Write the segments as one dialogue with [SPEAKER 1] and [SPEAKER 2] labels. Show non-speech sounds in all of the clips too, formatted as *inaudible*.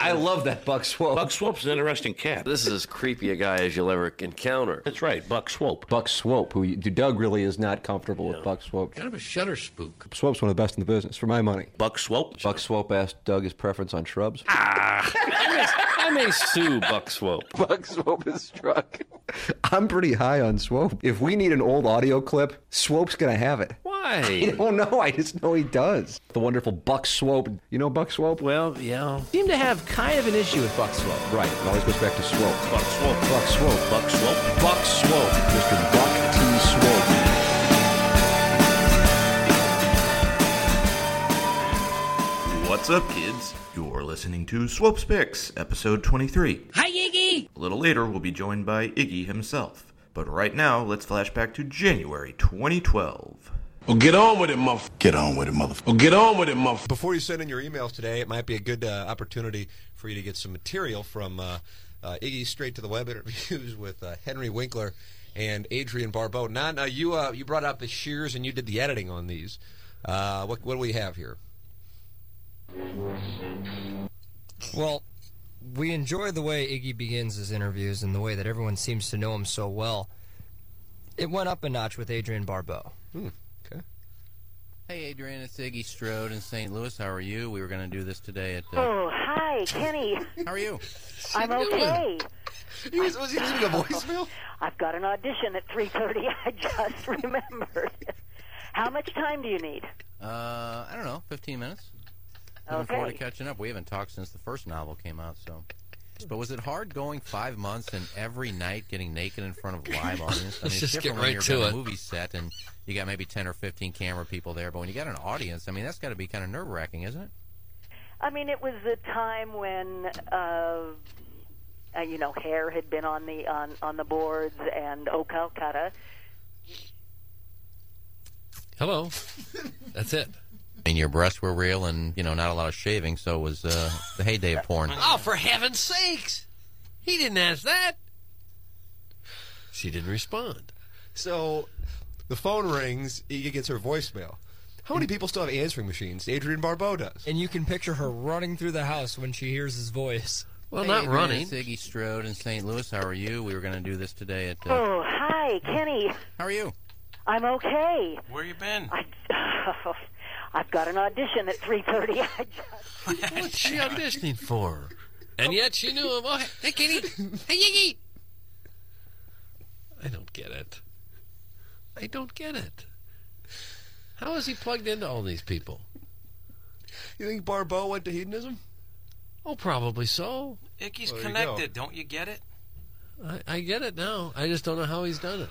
[SPEAKER 1] I love that Buck Swope.
[SPEAKER 2] Buck Swope's an interesting cat.
[SPEAKER 1] This is as creepy a guy as you'll ever encounter.
[SPEAKER 2] That's right, Buck Swope.
[SPEAKER 3] Buck Swope, who you- Doug really is not comfortable with Buck Swope.
[SPEAKER 2] Kind of a shutter spook.
[SPEAKER 3] Swope's one of the best in the business, for my money.
[SPEAKER 2] Buck Swope. Ah.
[SPEAKER 3] Buck Swope asked Doug his preference on shrubs.
[SPEAKER 1] Ah.
[SPEAKER 2] I may, *laughs* I may sue Buck Swope.
[SPEAKER 3] Buck Swope is struck. *laughs* I'm pretty high on Swope. If we need an old audio clip, Swope's gonna have it. *laughs*
[SPEAKER 2] Why?
[SPEAKER 3] I don't know. I just know he does. The wonderful Buck Swope. You know Buck Swope?
[SPEAKER 2] Well, yeah.
[SPEAKER 4] Seem to have kind of an issue with Buck Swope.
[SPEAKER 3] Right. It always goes back to Swope.
[SPEAKER 2] Buck Swope.
[SPEAKER 3] Buck Swope.
[SPEAKER 2] Buck Swope. Buck Swope.
[SPEAKER 3] Mr. Buck T. Swope.
[SPEAKER 5] What's up, kids? You're listening to Swope's Picks, episode 23.
[SPEAKER 4] Hi, Iggy!
[SPEAKER 5] A little later, we'll be joined by Iggy himself. But right now, let's flash back to January 2012.
[SPEAKER 6] Well, get on with it, muff. Get on with it, motherfucker. Well, get on with it, muff.
[SPEAKER 7] Before you send in your emails today, it might be a good uh, opportunity for you to get some material from uh, uh, Iggy straight to the web *laughs* interviews with uh, Henry Winkler and Adrian Barbeau. Now, now you uh, you brought out the shears and you did the editing on these. Uh, what what do we have here?
[SPEAKER 8] Well, we enjoy the way Iggy begins his interviews and the way that everyone seems to know him so well. It went up a notch with Adrian Barbeau.
[SPEAKER 7] Hmm. Okay.
[SPEAKER 4] Hey, Adrian, it's Iggy Strode in St. Louis. How are you? We were going to do this today at. Uh,
[SPEAKER 9] Oh, hi, Kenny.
[SPEAKER 4] how are you?
[SPEAKER 9] I'm okay.
[SPEAKER 7] He was, was he leaving a voicemail?
[SPEAKER 9] I've got an audition at 3:30. *laughs* I just remembered. How much time do you need?
[SPEAKER 10] Hmm.
[SPEAKER 4] Uh, I don't know, 15 minutes. Looking forward to
[SPEAKER 9] Okay.
[SPEAKER 4] catching up. We haven't talked since the first novel came out, so. But was it hard going five months and every night getting naked in front of a
[SPEAKER 10] *laughs*
[SPEAKER 4] live audience? I mean,
[SPEAKER 10] Let's
[SPEAKER 4] it's
[SPEAKER 10] just
[SPEAKER 4] different
[SPEAKER 10] get
[SPEAKER 4] when
[SPEAKER 10] right
[SPEAKER 4] you're
[SPEAKER 10] to
[SPEAKER 4] got
[SPEAKER 10] it.
[SPEAKER 4] a movie set and you got maybe 10 or 15 camera people there, but when you got an audience, I mean, that's got to be kind of nerve wracking, isn't it?
[SPEAKER 9] I mean, it was the time when uh, uh, you know hair had been on the on on the boards and Oh Calcutta.
[SPEAKER 10] Hello. That's it.
[SPEAKER 4] And your breasts were real and, you know, not a lot of shaving, so it was uh, the heyday of porn.
[SPEAKER 10] Oh, for heaven's sakes! He didn't ask that. She didn't respond.
[SPEAKER 7] So the phone rings. Iggy gets her voicemail. How many people still have answering machines? Adrian Barbeau does.
[SPEAKER 8] And you can picture her running through the house when she hears his
[SPEAKER 7] *laughs*
[SPEAKER 8] voice.
[SPEAKER 10] Well,
[SPEAKER 4] Hey,
[SPEAKER 10] not
[SPEAKER 4] Adrian,
[SPEAKER 10] running.
[SPEAKER 4] It's Iggy Strode in St. Louis. How are you? We were going to do this today at. Uh,
[SPEAKER 9] Oh, hi, Kenny.
[SPEAKER 4] how are you?
[SPEAKER 9] I'm okay.
[SPEAKER 10] Where you been?
[SPEAKER 9] I, *laughs* I've got an audition
[SPEAKER 4] *laughs*
[SPEAKER 9] at *laughs* 3:30. I just
[SPEAKER 10] What's she auditioning for? And yet she knew him. Oh, hey, Kenny. Hey, Iggy. I don't get it. I don't get it. How is he plugged into all these people?
[SPEAKER 7] You think Barbeau went to hedonism?
[SPEAKER 10] Oh, probably so.
[SPEAKER 7] He's connected. Don't.
[SPEAKER 10] I, I get it now. I just don't know how he's done it.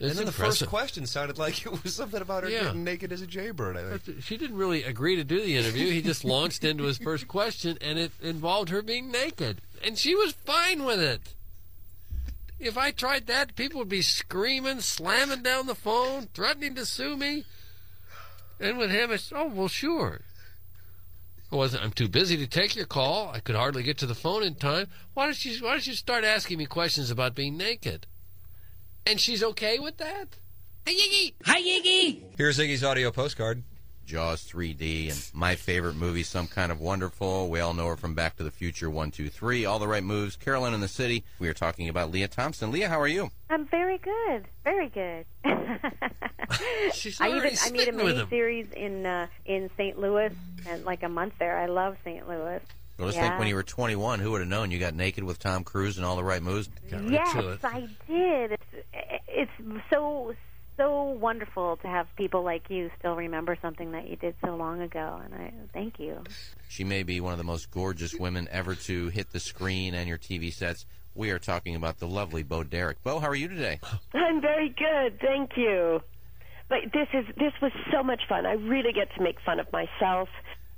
[SPEAKER 7] And
[SPEAKER 10] It's
[SPEAKER 7] then the first
[SPEAKER 10] impressive.
[SPEAKER 7] question sounded like it was something about her
[SPEAKER 10] Yeah.
[SPEAKER 7] getting naked as a jaybird.
[SPEAKER 10] *laughs*
[SPEAKER 7] I think.
[SPEAKER 10] She didn't really agree to do the interview. He just launched into his first question, and it involved her being naked. And she was fine with it. If I tried that, people would be screaming, slamming down the phone, threatening to sue me. And with him, it's, oh, well, sure. I wasn't, I'm too busy to take your call. I could hardly get to the phone in time. Why don't you, why don't you start asking me questions about being naked? And she's okay with that? Hey, Iggy! Hi, Iggy!
[SPEAKER 7] Here's Iggy's audio postcard.
[SPEAKER 4] Jaws 3D and my favorite movie, Some Kind of Wonderful. We all know her from Back to the Future 1, 2, 3, All the Right Moves, Carolyn in the City. We are talking about Leah Thompson. Leah, how are you?
[SPEAKER 9] I'm very good, very good.
[SPEAKER 10] *laughs* She's
[SPEAKER 9] I
[SPEAKER 10] already
[SPEAKER 9] even I made a
[SPEAKER 10] smitten with
[SPEAKER 9] mini
[SPEAKER 10] him.
[SPEAKER 9] series in uh, in St. Louis and like a month there. I love St. Louis.
[SPEAKER 4] Well, let's
[SPEAKER 9] Yeah.
[SPEAKER 4] think when you were 21, who would have known you got naked with Tom Cruise and All the Right Moves?
[SPEAKER 10] Got right
[SPEAKER 9] yes,
[SPEAKER 10] to it.
[SPEAKER 9] I did. It's, it's so so wonderful to have people like you still remember something that you did so long ago, and I thank you.
[SPEAKER 4] She may be one of the most gorgeous women ever to hit the screen and your TV sets. We are talking about the lovely Bo Derek. Bo, how are you today?
[SPEAKER 9] I'm very good, thank you. But this is this was so much fun. I really get to make fun of myself.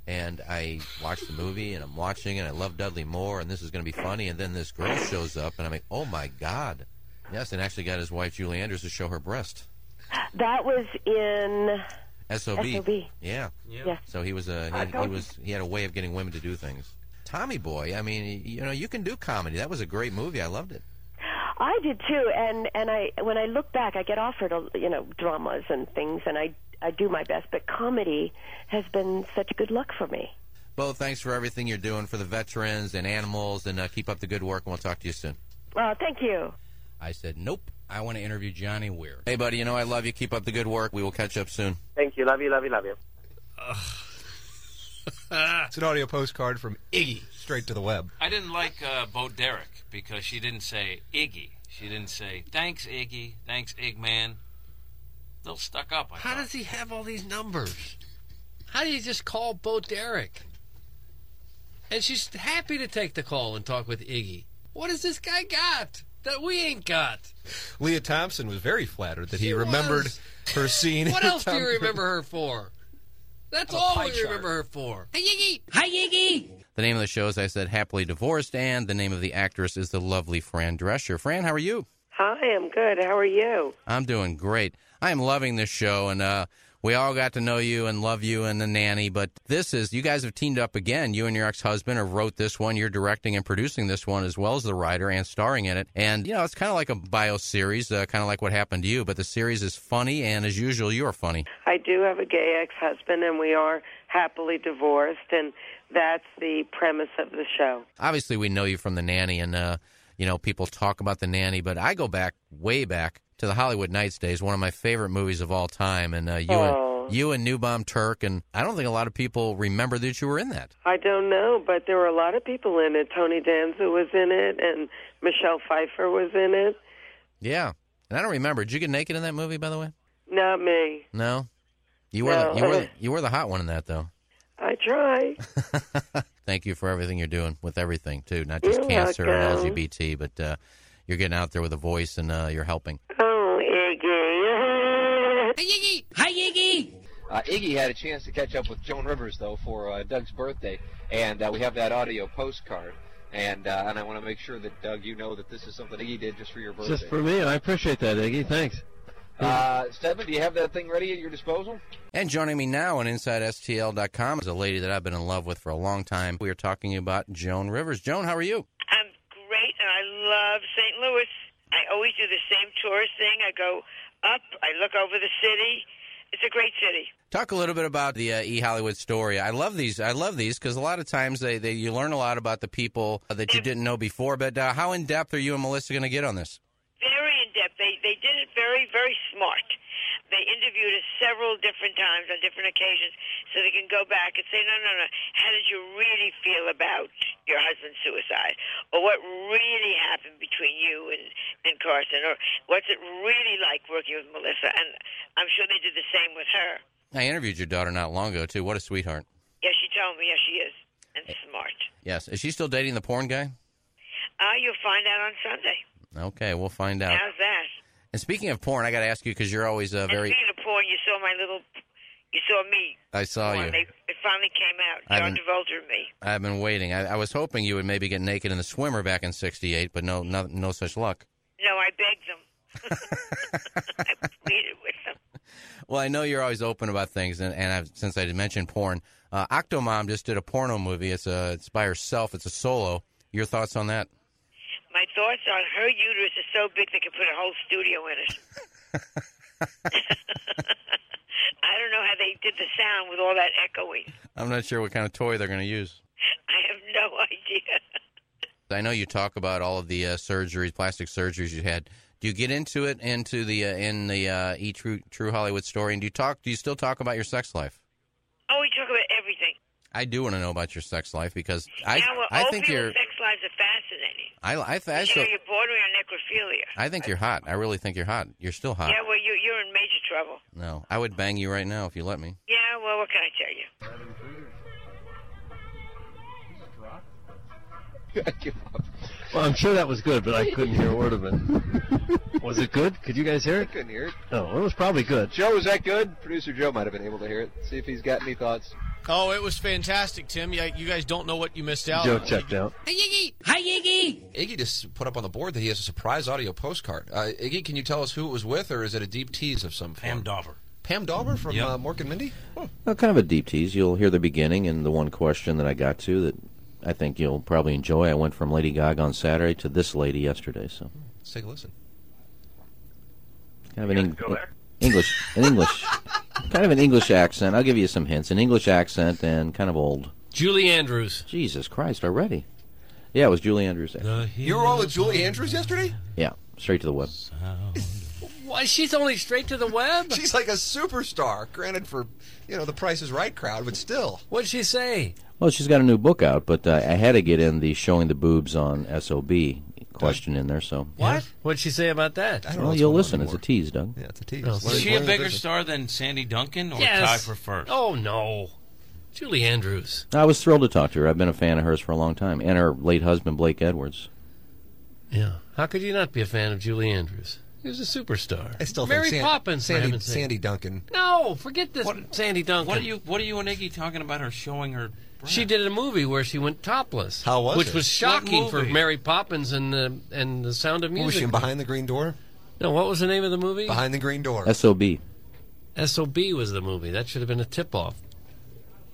[SPEAKER 4] And I watched the movie, and I'm watching, and I love Dudley Moore, and this is going to be funny. And then this girl shows up, and I'm like, oh my god, yes, and actually got his wife Julie Andrews to show her breast.
[SPEAKER 11] That was in
[SPEAKER 4] Sob.
[SPEAKER 11] SOB.
[SPEAKER 4] Yeah.
[SPEAKER 11] Yes.
[SPEAKER 4] So he was a he,
[SPEAKER 11] I
[SPEAKER 4] had- he
[SPEAKER 11] don't-
[SPEAKER 4] was he had a way of getting women to do things. Tommy Boy, I mean, you know, you can do comedy. That was a great movie. I loved it.
[SPEAKER 11] I did too, and and I when I look back, I get offered a, you know dramas and things, and I I do my best, but comedy has been such good luck for me.
[SPEAKER 4] Bo, thanks for everything you're doing for the veterans and animals, and uh, keep up the good work. And we'll talk to you soon.
[SPEAKER 11] Oh, thank you.
[SPEAKER 4] I said, nope. I want to interview Johnny Weir. Hey, buddy, you know I love you. Keep up the good work. We will catch up soon.
[SPEAKER 12] Thank you. Love you, love you, love you.
[SPEAKER 13] it's an audio postcard from Iggy straight to the web.
[SPEAKER 14] I didn't like uh, Bo Derek because she didn't say Iggy. She didn't say thanks, Iggy. Thanks, Igman. A little stuck up. I
[SPEAKER 10] How
[SPEAKER 14] thought.
[SPEAKER 10] does he have all these numbers? How do you just call Bo Derek? And she's happy to take the call and talk with Iggy. What has this guy got that we ain't got?
[SPEAKER 13] Leah Thompson was very flattered that he remembered her
[SPEAKER 10] *laughs*
[SPEAKER 13] scene.
[SPEAKER 10] What
[SPEAKER 13] in
[SPEAKER 10] else do
[SPEAKER 13] Tom
[SPEAKER 10] you
[SPEAKER 13] Cruise.
[SPEAKER 10] remember her for? That's
[SPEAKER 14] Have a
[SPEAKER 10] all
[SPEAKER 14] pie
[SPEAKER 10] we
[SPEAKER 14] chart.
[SPEAKER 10] remember her for. Hey, Iggy! Hi, Iggy!
[SPEAKER 4] The name of the show, as I said, Happily Divorced, and the name of the actress is the lovely Fran Drescher. Fran, how are you?
[SPEAKER 15] Hi, I'm good. How are you?
[SPEAKER 4] I'm doing great. I am loving this show, and uh, we all got to know you and love you and the nanny. But this is you guys have teamed up again. You and your ex-husband have wrote this one. You're directing and producing this one as well as the writer and starring in it. And you know it's kind of like a bio series, uh, kind of like what happened to you. But the series is funny, and as usual, you are funny.
[SPEAKER 15] I do have a gay ex husband, and we are happily divorced, and that's the premise of the show.
[SPEAKER 4] Obviously, we know you from the nanny, and uh, you know people talk about the nanny. But I go back way back to the Hollywood Nights days, one of my favorite movies of all time. And uh, you
[SPEAKER 15] Oh.
[SPEAKER 4] and you and New Bomb Turk, and I don't think a lot of people remember that you were in that.
[SPEAKER 15] I don't know, but there were a lot of people in it. Tony Danza was in it, and Michelle Pfeiffer was in it.
[SPEAKER 4] Yeah, and I don't remember. Did you get naked in that movie, by the way?
[SPEAKER 15] Not me.
[SPEAKER 4] No, you were the,
[SPEAKER 15] No.
[SPEAKER 4] you were the, you were the hot one in that though.
[SPEAKER 15] I try.
[SPEAKER 4] Thank you for everything you're doing with everything too, not just
[SPEAKER 15] You're
[SPEAKER 4] cancer
[SPEAKER 15] welcome.
[SPEAKER 4] and LGBT, but uh, you're getting out there with a voice and uh, you're helping.
[SPEAKER 15] Oh, Iggy.
[SPEAKER 14] Hi, Iggy! Hi, Iggy!
[SPEAKER 7] Uh, Iggy had a chance to catch up with Joan Rivers though for uh, Doug's birthday, and uh, we have that audio postcard. And uh, and I want to make sure that Doug, you know that this is something Iggy did just for your birthday.
[SPEAKER 16] Just for me, I appreciate that, Iggy. Thanks.
[SPEAKER 7] Uh, Stedman, do you have that thing ready at your disposal?
[SPEAKER 4] And joining me now on InsideSTL.com is a lady that I've been in love with for a long time. We are talking about Joan Rivers. Joan, how are you?
[SPEAKER 17] great, and I love St. Louis. I always do the same tourist thing. I go up, I look over the city. It's a great city.
[SPEAKER 4] Talk a little bit about the uh, E Hollywood story. I love these. I love these because a lot of times they, they you learn a lot about the people that you didn't know before. But uh, how in depth are you and Melissa going to get on this?
[SPEAKER 17] Very in depth. They they did it very very smart. They interviewed us several different times on different occasions, so they can go back and say, no no no, how did you really feel about your husband's suicide, or what really happened between you and and Carson, or what's it really like working with Melissa? And I'm sure they did the same with her.
[SPEAKER 4] I interviewed your daughter not long ago too. What a sweetheart.
[SPEAKER 17] Yeah, she told me. Yeah, she is and
[SPEAKER 4] Eh.
[SPEAKER 17] smart.
[SPEAKER 4] Yes. Is she still dating the porn guy?
[SPEAKER 17] Uh, you'll find out on Sunday.
[SPEAKER 4] Okay, we'll find out.
[SPEAKER 17] How's that?
[SPEAKER 4] And speaking of porn, I got to ask you because you're always uh, very.
[SPEAKER 17] And speaking of porn, you saw my little, you saw me.
[SPEAKER 4] I saw
[SPEAKER 17] porn.
[SPEAKER 4] you.
[SPEAKER 17] They, it finally came out.
[SPEAKER 4] I
[SPEAKER 17] John
[SPEAKER 4] haven't-
[SPEAKER 17] Travolta and me.
[SPEAKER 4] I've been waiting. I, I was hoping you would maybe get naked in the swimmer back in '68, but no, no, no such luck.
[SPEAKER 17] No, I begged them. *laughs*
[SPEAKER 4] *laughs*
[SPEAKER 17] I pleaded with them.
[SPEAKER 4] Well, I know you're always open about things, and, and I've, since I mentioned porn, uh, Octomom just did a porno movie. It's a it's by herself. It's a solo. Your thoughts on that?
[SPEAKER 17] My thoughts on her uterus is so big they could put a whole studio in
[SPEAKER 4] *laughs*
[SPEAKER 17] it. *laughs* I don't know how they did the sound with all that echoing.
[SPEAKER 4] I'm not sure what kind of toy they're going to use.
[SPEAKER 17] I have no *laughs* idea.
[SPEAKER 4] I know you talk about all of the uh, surgeries, plastic surgeries you had. Do you get into it into the uh, in the uh, E True True Hollywood story? And do you talk? Do you still talk about your sex life?
[SPEAKER 17] Oh, we talk about everything.
[SPEAKER 4] I do want to know about your sex life because I
[SPEAKER 17] now, well,
[SPEAKER 4] I
[SPEAKER 17] all
[SPEAKER 4] think
[SPEAKER 17] people's
[SPEAKER 4] you're
[SPEAKER 17] sex lives are fascinating.
[SPEAKER 4] I I, I,
[SPEAKER 17] Either
[SPEAKER 4] still,
[SPEAKER 17] you're bordering on necrophilia.
[SPEAKER 4] I think you're hot. I really think you're hot. You're still hot.
[SPEAKER 17] Yeah, well, you, you're in major trouble.
[SPEAKER 4] No, I would bang you right now if you let me.
[SPEAKER 17] Yeah, well, what can I tell you?
[SPEAKER 16] Well, I'm sure that was good, but I couldn't hear a word of it. Was it good? Could you guys hear
[SPEAKER 7] I
[SPEAKER 16] it?
[SPEAKER 7] couldn't hear it.
[SPEAKER 16] No, it was probably good.
[SPEAKER 7] Joe, is that good? Producer Joe might have been able to hear it. See if he's got any thoughts.
[SPEAKER 18] Oh, it was fantastic, Tim. Yeah, you guys don't know what you missed out.
[SPEAKER 14] Joe
[SPEAKER 18] on.
[SPEAKER 14] checked out.
[SPEAKER 18] Hey, Iggy. Hi, Iggy.
[SPEAKER 7] Iggy just put up on the board that he has a surprise audio postcard. Uh, Iggy, can you tell us who it was with, or is it a deep tease of some form? Pam
[SPEAKER 16] Dauber.
[SPEAKER 7] Pam Dauber from uh, Mork and Mindy?
[SPEAKER 4] Well, kind of a deep tease. You'll hear the beginning and the one question that I got to that I think you'll probably enjoy. I went from Lady Gaga on Saturday to this lady yesterday, so
[SPEAKER 7] Let's take a listen.
[SPEAKER 4] kind of an Eng- English, an English, kind of an English accent. I'll give you some hints. An English accent and kind of old.
[SPEAKER 16] Julie Andrews.
[SPEAKER 4] Jesus Christ, already? Yeah, it was Julie Andrews. actually.
[SPEAKER 16] Uh,
[SPEAKER 7] You were all with Julie Andrews yesterday?
[SPEAKER 4] Yeah, straight to the web.
[SPEAKER 10] Why, she's only straight to the web.
[SPEAKER 7] *laughs* She's like a superstar, granted for, you know, the Price is Right crowd, but still.
[SPEAKER 10] What'd she say?
[SPEAKER 4] Well, she's got a new book out, but uh, I had to get in the showing the boobs on SOB question in there, so.
[SPEAKER 10] What? What'd she say about that?
[SPEAKER 4] Well, you'll listen. It's a tease, Doug. Yeah,
[SPEAKER 7] it's a tease.
[SPEAKER 16] Is she a bigger star than Sandy Duncan or
[SPEAKER 10] Yes.
[SPEAKER 16] tie for first?
[SPEAKER 10] Oh no, Julie Andrews.
[SPEAKER 4] I was thrilled to talk to her. I've been a fan of hers for a long time, and her late husband Blake Edwards.
[SPEAKER 10] Yeah. How could you not be a fan of Julie Andrews? She was a superstar.
[SPEAKER 7] I still
[SPEAKER 10] Mary
[SPEAKER 7] think San-
[SPEAKER 10] Poppins. for
[SPEAKER 7] Sandy,
[SPEAKER 10] heaven's sake.
[SPEAKER 7] Sandy Duncan.
[SPEAKER 10] No, forget this, Sandy Duncan.
[SPEAKER 16] What are you? What are you and Iggy talking about? Her showing her.
[SPEAKER 10] She did a movie where she went topless.
[SPEAKER 7] How was
[SPEAKER 10] Which
[SPEAKER 7] it?
[SPEAKER 10] was shocking
[SPEAKER 16] What
[SPEAKER 10] for
[SPEAKER 16] movie?
[SPEAKER 10] Mary Poppins and the and the Sound of
[SPEAKER 7] What
[SPEAKER 10] Music.
[SPEAKER 7] was she in Behind the Green Door?
[SPEAKER 10] No, what was the name of the movie?
[SPEAKER 7] Behind the Green Door.
[SPEAKER 4] SOB.
[SPEAKER 10] SOB was the movie. That should have been a tip off.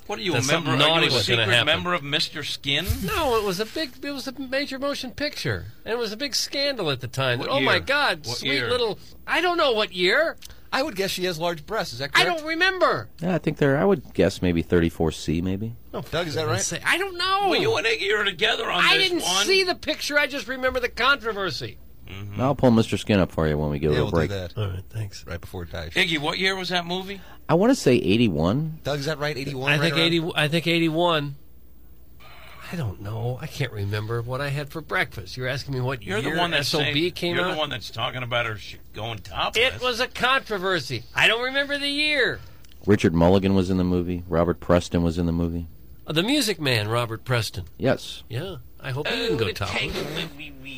[SPEAKER 16] What are you
[SPEAKER 10] That's
[SPEAKER 16] a member?
[SPEAKER 10] something
[SPEAKER 16] Are
[SPEAKER 10] naughty
[SPEAKER 16] you a
[SPEAKER 10] was gonna
[SPEAKER 16] secret
[SPEAKER 10] happen.
[SPEAKER 16] member of Mr. Skin?
[SPEAKER 10] No, it was a big. It was a major motion picture, and it was a big scandal at the time.
[SPEAKER 16] What
[SPEAKER 10] oh my
[SPEAKER 16] year?
[SPEAKER 10] God,
[SPEAKER 16] What
[SPEAKER 10] sweet
[SPEAKER 16] year?
[SPEAKER 10] little. I don't know what year.
[SPEAKER 7] I would guess she has large breasts. Is that
[SPEAKER 10] correct? I don't remember.
[SPEAKER 4] Yeah, I think they're. I would guess maybe 34C, maybe.
[SPEAKER 16] Oh,
[SPEAKER 7] Doug, is that right?
[SPEAKER 10] Say, I don't know.
[SPEAKER 16] Well, you and Iggy are together on
[SPEAKER 10] I
[SPEAKER 16] this
[SPEAKER 10] didn't
[SPEAKER 16] one.
[SPEAKER 10] see the picture. I just remember the controversy.
[SPEAKER 4] I'll pull Mr. Skin up for you when we go to a break.
[SPEAKER 10] All right, thanks.
[SPEAKER 7] Right before it dies.
[SPEAKER 16] Iggy, what year was that movie?
[SPEAKER 4] I want to say 81.
[SPEAKER 7] Doug, is that right? 81?
[SPEAKER 10] I
[SPEAKER 7] right
[SPEAKER 10] think
[SPEAKER 7] around?
[SPEAKER 10] eighty. I think eighty-one. I don't know. I can't remember what I had for breakfast. You're asking me what
[SPEAKER 16] You're
[SPEAKER 10] year
[SPEAKER 16] the one that
[SPEAKER 10] SOB
[SPEAKER 16] saying-
[SPEAKER 10] came
[SPEAKER 16] You're
[SPEAKER 10] out.
[SPEAKER 16] the one that's talking about her sh- going topless.
[SPEAKER 10] it was a controversy. I don't remember the year.
[SPEAKER 4] Richard Mulligan was in the movie. Robert Preston was in the movie.
[SPEAKER 10] Uh, the Music Man, Robert Preston.
[SPEAKER 4] Yes.
[SPEAKER 10] Yeah, I hope he
[SPEAKER 16] Oh,
[SPEAKER 10] didn't go topless.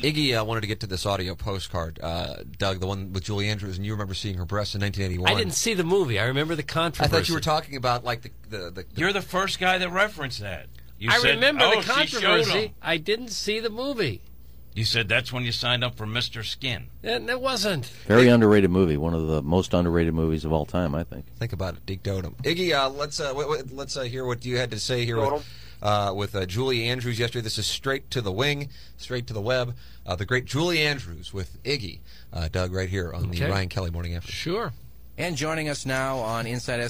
[SPEAKER 7] Iggy uh, wanted to get to this audio postcard, uh, Doug, the one with Julie Andrews, and you remember seeing her breasts in 1981.
[SPEAKER 10] I didn't see the movie. I remember the
[SPEAKER 7] I
[SPEAKER 10] controversy.
[SPEAKER 7] thought you were talking about like the the, the
[SPEAKER 16] You're the first guy that referenced that. You
[SPEAKER 10] I
[SPEAKER 16] said,
[SPEAKER 10] remember
[SPEAKER 16] "Oh,
[SPEAKER 10] the
[SPEAKER 16] she showed 'em."
[SPEAKER 10] controversy. I didn't see the movie.
[SPEAKER 16] You said that's when you signed up for Mr. Skin.
[SPEAKER 10] And it wasn't.
[SPEAKER 4] Very underrated movie. One of the most underrated movies of all time, I think.
[SPEAKER 7] Think about it, Dick Dotum. Iggy, uh, let's uh, w- w- let's uh, hear what you had to say here with, uh, with uh, Julie Andrews yesterday. This is straight to the wing, straight to the web. Uh, the great Julie Andrews with Iggy, uh, Doug, right here on the
[SPEAKER 19] Okay.
[SPEAKER 7] Ryan Kelly Morning After.
[SPEAKER 10] Sure.
[SPEAKER 19] And joining us now on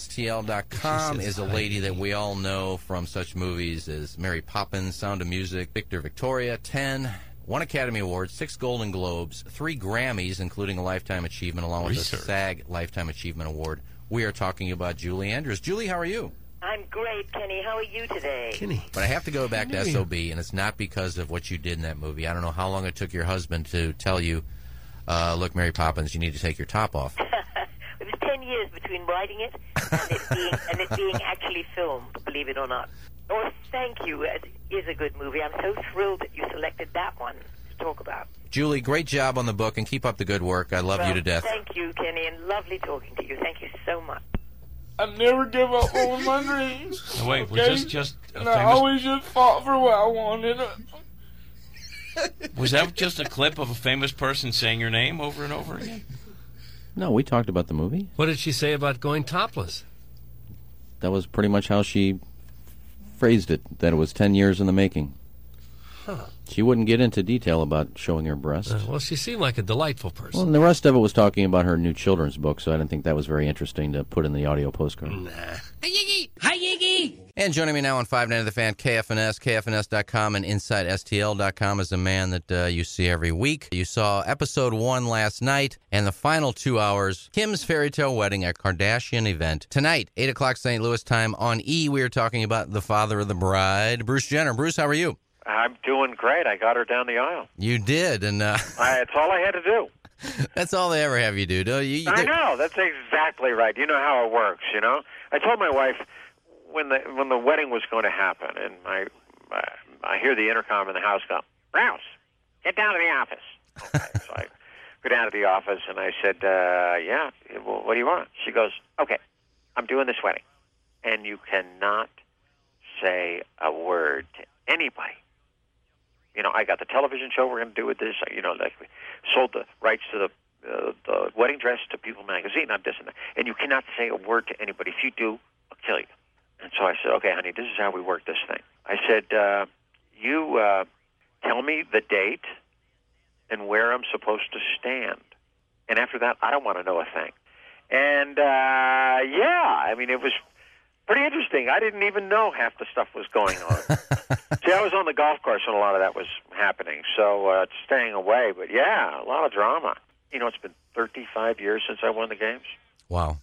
[SPEAKER 19] InsideSTL.com Um, is a lady that we all know from such movies as Mary Poppins, Sound of Music, Victor Victoria, 10, one Academy Award, six Golden Globes, three Grammys, including a Lifetime Achievement, along with the
[SPEAKER 11] Research.
[SPEAKER 19] SAG Lifetime Achievement Award. We are talking about Julie Andrews. Julie, how are you?
[SPEAKER 11] I'm great, Kenny. How are you today?
[SPEAKER 19] But I have to go back to
[SPEAKER 11] Maybe.
[SPEAKER 19] SOB, and it's not because of what you did in that movie. I don't know how long it took your husband to tell you, uh, look, Mary Poppins, you need to take your top off.
[SPEAKER 11] It was ten years between writing it and it being, and it being actually filmed. Believe it or not. Oh, thank you. It is a good movie. I'm so thrilled that you selected that one to talk about.
[SPEAKER 19] Julie, great job on the book, and keep up the good work. I love you
[SPEAKER 11] Well,
[SPEAKER 19] to death.
[SPEAKER 11] Thank you, Kenny, and lovely talking to you. Thank you so much.
[SPEAKER 20] I never give up on my dreams.
[SPEAKER 11] *laughs*
[SPEAKER 16] No, wait, was
[SPEAKER 20] okay?
[SPEAKER 16] this just a
[SPEAKER 20] and I
[SPEAKER 16] famous-
[SPEAKER 20] always just fought for what I wanted.
[SPEAKER 16] Was that just a clip of a famous person saying your name over and over again?
[SPEAKER 4] No, we talked about the movie.
[SPEAKER 10] What did she say about going topless?
[SPEAKER 4] That was pretty much how she phrased it, that it was 10 years in the making.
[SPEAKER 10] Huh.
[SPEAKER 4] She wouldn't get into detail about showing her breasts.
[SPEAKER 10] Uh, well, she seemed like a delightful person.
[SPEAKER 4] Well, and the rest of it was talking about her new children's book, so I didn't think that was very interesting to put in the audio postcard.
[SPEAKER 19] Hi, Iggy. And joining me now on 590 The Fan, KFNS, KFNS.com, and InsideSTL.com is a man that uh, you see every week. You saw episode one last night and the final two hours, Kim's Fairy Tale Wedding, a Kardashian event. Tonight, 8 o'clock St. Louis time on E, we are talking about the father of the bride, Bruce Jenner. Bruce, how are you?
[SPEAKER 21] I'm doing great. I got her down the aisle.
[SPEAKER 19] You did, and uh, *laughs*
[SPEAKER 21] I, that's all I had to do.
[SPEAKER 19] that's all they ever have you do. do you, you-
[SPEAKER 21] I know. That's exactly right. You know how it works. You know. I told my wife when the when the wedding was going to happen, and I I, I hear the intercom in the house go, Rouse, get down to the office. Okay, so I go down to the office, and I said, uh, Yeah. Well, what do you want? She goes, Okay, I'm doing this wedding, and you cannot say a word to anybody. You know, I got the television show we're going to do with this. You know, like we sold the rights to the uh, the wedding dress to People magazine. I'm this and that, and you cannot say a word to anybody. If you do, I'll kill you. And so I said, okay, honey, this is how we work this thing. I said, uh, you uh, tell me the date and where I'm supposed to stand, and after that, I don't want to know a thing. And uh, yeah, I mean, it was pretty interesting. I didn't even know half the stuff was going on. See, I was on the golf course when a lot of that was happening, so uh, staying away. But yeah, a lot of drama. You know, it's been 35 years since I won the games.
[SPEAKER 19] Wow.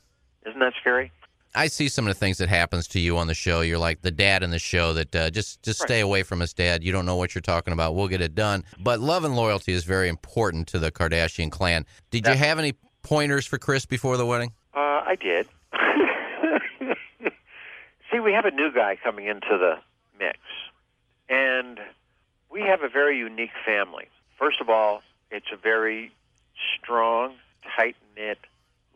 [SPEAKER 21] Isn't that scary?
[SPEAKER 19] I see some of the things that happens to you on the show. You're like the dad in the show that uh, just just stay away from us, dad. You don't know what you're talking about. We'll get it done. But love and loyalty is very important to the Kardashian clan. Did you have any pointers for Chris before the wedding?
[SPEAKER 21] Uh, I did. *laughs* See, we have a new guy coming into the mix, and we have a very unique family. First of all, it's a very strong, tight knit,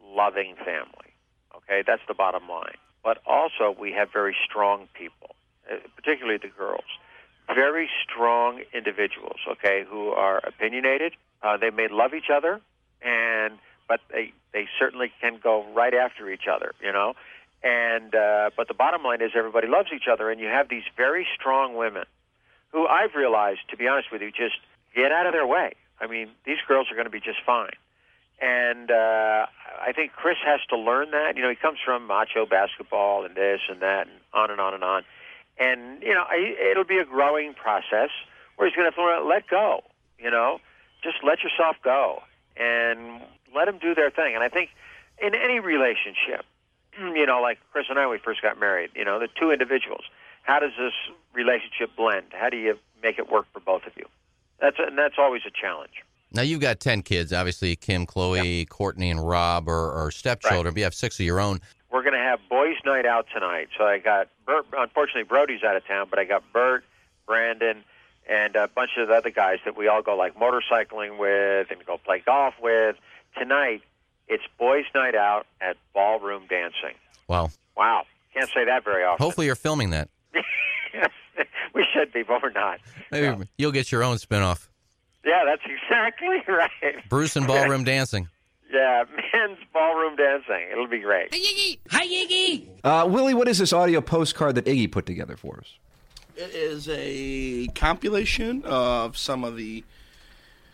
[SPEAKER 21] loving family. Okay, that's the bottom line. But also, we have very strong people, uh, particularly the girls. Very strong individuals, okay, who are opinionated. Uh, they may love each other, and but they they certainly can go right after each other, you know. And uh, but the bottom line is everybody loves each other, and you have these very strong women who I've realized, to be honest with you, just get out of their way. I mean, these girls are going to be just fine. And uh, I think Chris has to learn that. You know, he comes from macho basketball and this and that, and on and on and on. And you know, I, it'll be a growing process where he's going to have to learn, let go. You know, just let yourself go and let them do their thing. And I think in any relationship, *clears throat* you know, like Chris and I, we first got married. You know, the two individuals. How does this relationship blend? How do you make it work for both of you? That's and that's always a challenge.
[SPEAKER 19] Now you've got ten kids. Obviously, Kim, Chloe, Courtney, and Rob are, are stepchildren. But you have six of your own.
[SPEAKER 21] We're going to have boys' night out tonight. So I got Bert. Unfortunately, Brody's out of town, but I got Bert, Brandon, and a bunch of the other guys that we all go like motorcycling with and go play golf with. Tonight, it's boys' night out at ballroom dancing.
[SPEAKER 19] Wow.
[SPEAKER 21] Wow, can't say that very often. *laughs*
[SPEAKER 19] Hopefully, you're filming that.
[SPEAKER 21] we should be, but we're not.
[SPEAKER 19] Maybe you'll get your own spinoff.
[SPEAKER 21] Yeah, that's exactly *laughs* right.
[SPEAKER 19] Bruce and ballroom dancing.
[SPEAKER 21] Yeah, men's ballroom dancing. It'll be great.
[SPEAKER 22] Hi, Iggy.
[SPEAKER 5] Uh, Willie, what is this audio postcard that Iggy put together for us?
[SPEAKER 23] It is a compilation of some of the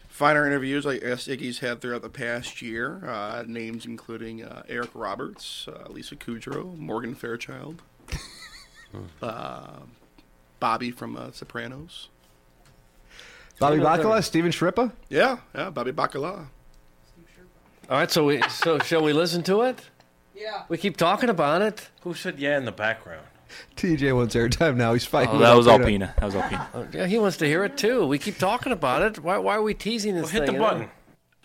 [SPEAKER 23] finer interviews I guess Iggy's had throughout the past year. Uh, names including uh, Eric Roberts, uh, Lisa Kudrow, Morgan Fairchild, uh, Bobby from uh, Sopranos.
[SPEAKER 5] Bobby Bacala, Steven Shrippa?
[SPEAKER 23] Yeah, yeah, Bobby Bacala.
[SPEAKER 10] All right, so we so shall we listen to it?
[SPEAKER 23] Yeah.
[SPEAKER 10] We keep talking about it.
[SPEAKER 16] Who said yeah in the background?
[SPEAKER 5] TJ wants airtime now. He's fighting.
[SPEAKER 16] Oh,
[SPEAKER 5] with
[SPEAKER 16] that was
[SPEAKER 5] Alpina.
[SPEAKER 16] Alpina. That was Alpina.
[SPEAKER 10] Oh, yeah, he wants to hear it too. We keep talking about it. Why, why are we teasing this
[SPEAKER 19] hit the
[SPEAKER 10] thing, you know?
[SPEAKER 19] button.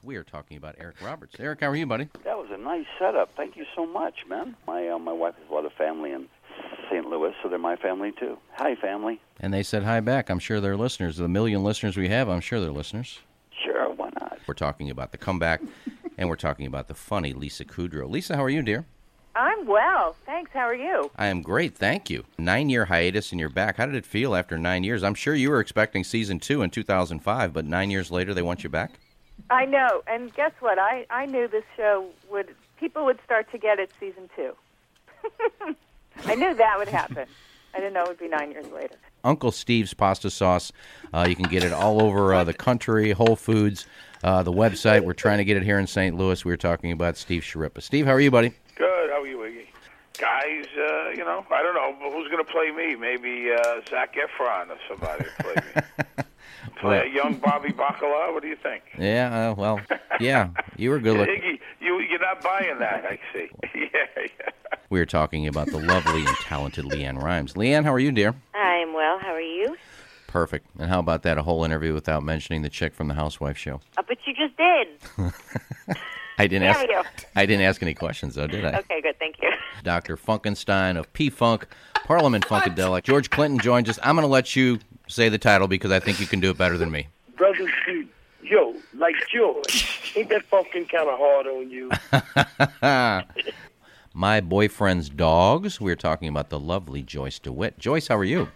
[SPEAKER 19] We are talking about Eric Roberts. Eric, how are you, buddy?
[SPEAKER 24] That was a nice setup. Thank you so much, man. My uh, my wife has a lot of family in St. Louis, so they're my family too. Hi, family.
[SPEAKER 4] And they said hi back. I'm sure they're listeners. The million listeners we have, I'm sure they're listeners.
[SPEAKER 24] Sure, why not?
[SPEAKER 4] We're talking about the comeback, and we're talking about the funny Lisa Kudrow. Lisa, how are you, dear?
[SPEAKER 11] I'm well, thanks. How are you?
[SPEAKER 4] I am great, thank you. Nine year hiatus and you're back. How did it feel after nine years? I'm sure you were expecting season two in 2005, but nine years later, they want you back?
[SPEAKER 11] I know, and guess what? I I knew this show would people would start to get it season two. *laughs* I knew that would happen. I didn't know it would be nine years later.
[SPEAKER 4] Uncle Steve's pasta sauce. Uh, you can get it all over uh, the country, Whole Foods, uh, the website. We're trying to get it here in St. Louis. We were talking about Steve Sharippa. Steve, how are you, buddy?
[SPEAKER 25] Good. How are you, Iggy? Guys, uh, you know, I don't know who's going to play me. Maybe uh, Zach Efron or somebody will play me. Play a young Bobby Bacala. What do you think?
[SPEAKER 4] Yeah, uh, well, yeah, you were good looking.
[SPEAKER 25] Iggy, you you're not buying that. I see. *laughs* yeah, yeah.
[SPEAKER 4] We were talking about the lovely and talented Leanne Rhymes. Leanne, how are you, dear?
[SPEAKER 26] I'm well. How are you?
[SPEAKER 4] Perfect. And how about that? A whole interview without mentioning the chick from the Housewife show.
[SPEAKER 26] Uh, but you just did.
[SPEAKER 4] I didn't
[SPEAKER 26] There
[SPEAKER 4] ask.
[SPEAKER 26] we go.
[SPEAKER 4] I didn't ask any questions though, did I?
[SPEAKER 26] Okay, good. Thank you.
[SPEAKER 4] Dr. Funkenstein of P Funk, Parliament Funkadelic. George Clinton joins us. I'm going to let you say the title because I think you can do it better than me. *laughs*
[SPEAKER 27] brother Steve, yo, like George, ain't that fucking kind of hard on you?
[SPEAKER 4] My My Boyfriend's Dogs. We're talking about the lovely Joyce DeWitt. Joyce, how are you?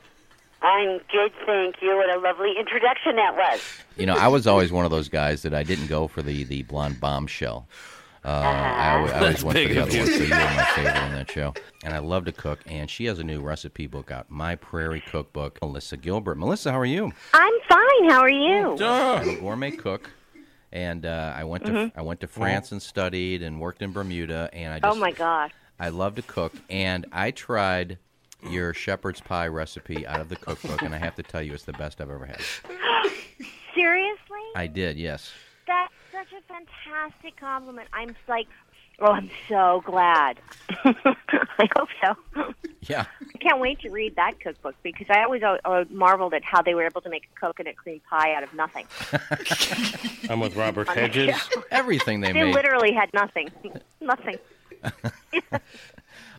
[SPEAKER 22] I'm good, thank you. What a lovely introduction that was.
[SPEAKER 4] You know, I was always one of those guys that I didn't go for the, the blonde bombshell. Uh,
[SPEAKER 28] *laughs*
[SPEAKER 4] I, always, I always
[SPEAKER 28] That's
[SPEAKER 4] went for
[SPEAKER 28] big
[SPEAKER 4] the
[SPEAKER 28] of
[SPEAKER 4] other
[SPEAKER 28] you.
[SPEAKER 4] one, so you were my favorite on that show. And I love to cook, and she has a new recipe book out, My Prairie Cookbook, Melissa Gilbert. Melissa, how are you?
[SPEAKER 29] I'm fine. How are you?
[SPEAKER 4] I'm a gourmet cook, and uh, I went to
[SPEAKER 29] Mhm.
[SPEAKER 4] I went to France and studied and worked in Bermuda, and I
[SPEAKER 29] Oh
[SPEAKER 4] just
[SPEAKER 26] *gasps*
[SPEAKER 29] my gosh.
[SPEAKER 4] I love to cook, and I tried your shepherd's pie recipe out of the cookbook, and I have to tell you, it's the best I've ever had.
[SPEAKER 29] Seriously?
[SPEAKER 4] I did, yes.
[SPEAKER 29] That's such a fantastic compliment. I'm like, oh, I'm so glad. *laughs* I hope so.
[SPEAKER 4] Yeah.
[SPEAKER 29] I can't wait to read that cookbook because I always uh, uh, marveled at how they were able to make a coconut cream pie out
[SPEAKER 4] *laughs*
[SPEAKER 29] of nothing.
[SPEAKER 4] I'm with
[SPEAKER 29] *laughs*
[SPEAKER 4] Robert
[SPEAKER 29] On the Hedges. show.
[SPEAKER 4] Everything they
[SPEAKER 29] They,
[SPEAKER 4] made.
[SPEAKER 29] literally had nothing. *laughs* nothing.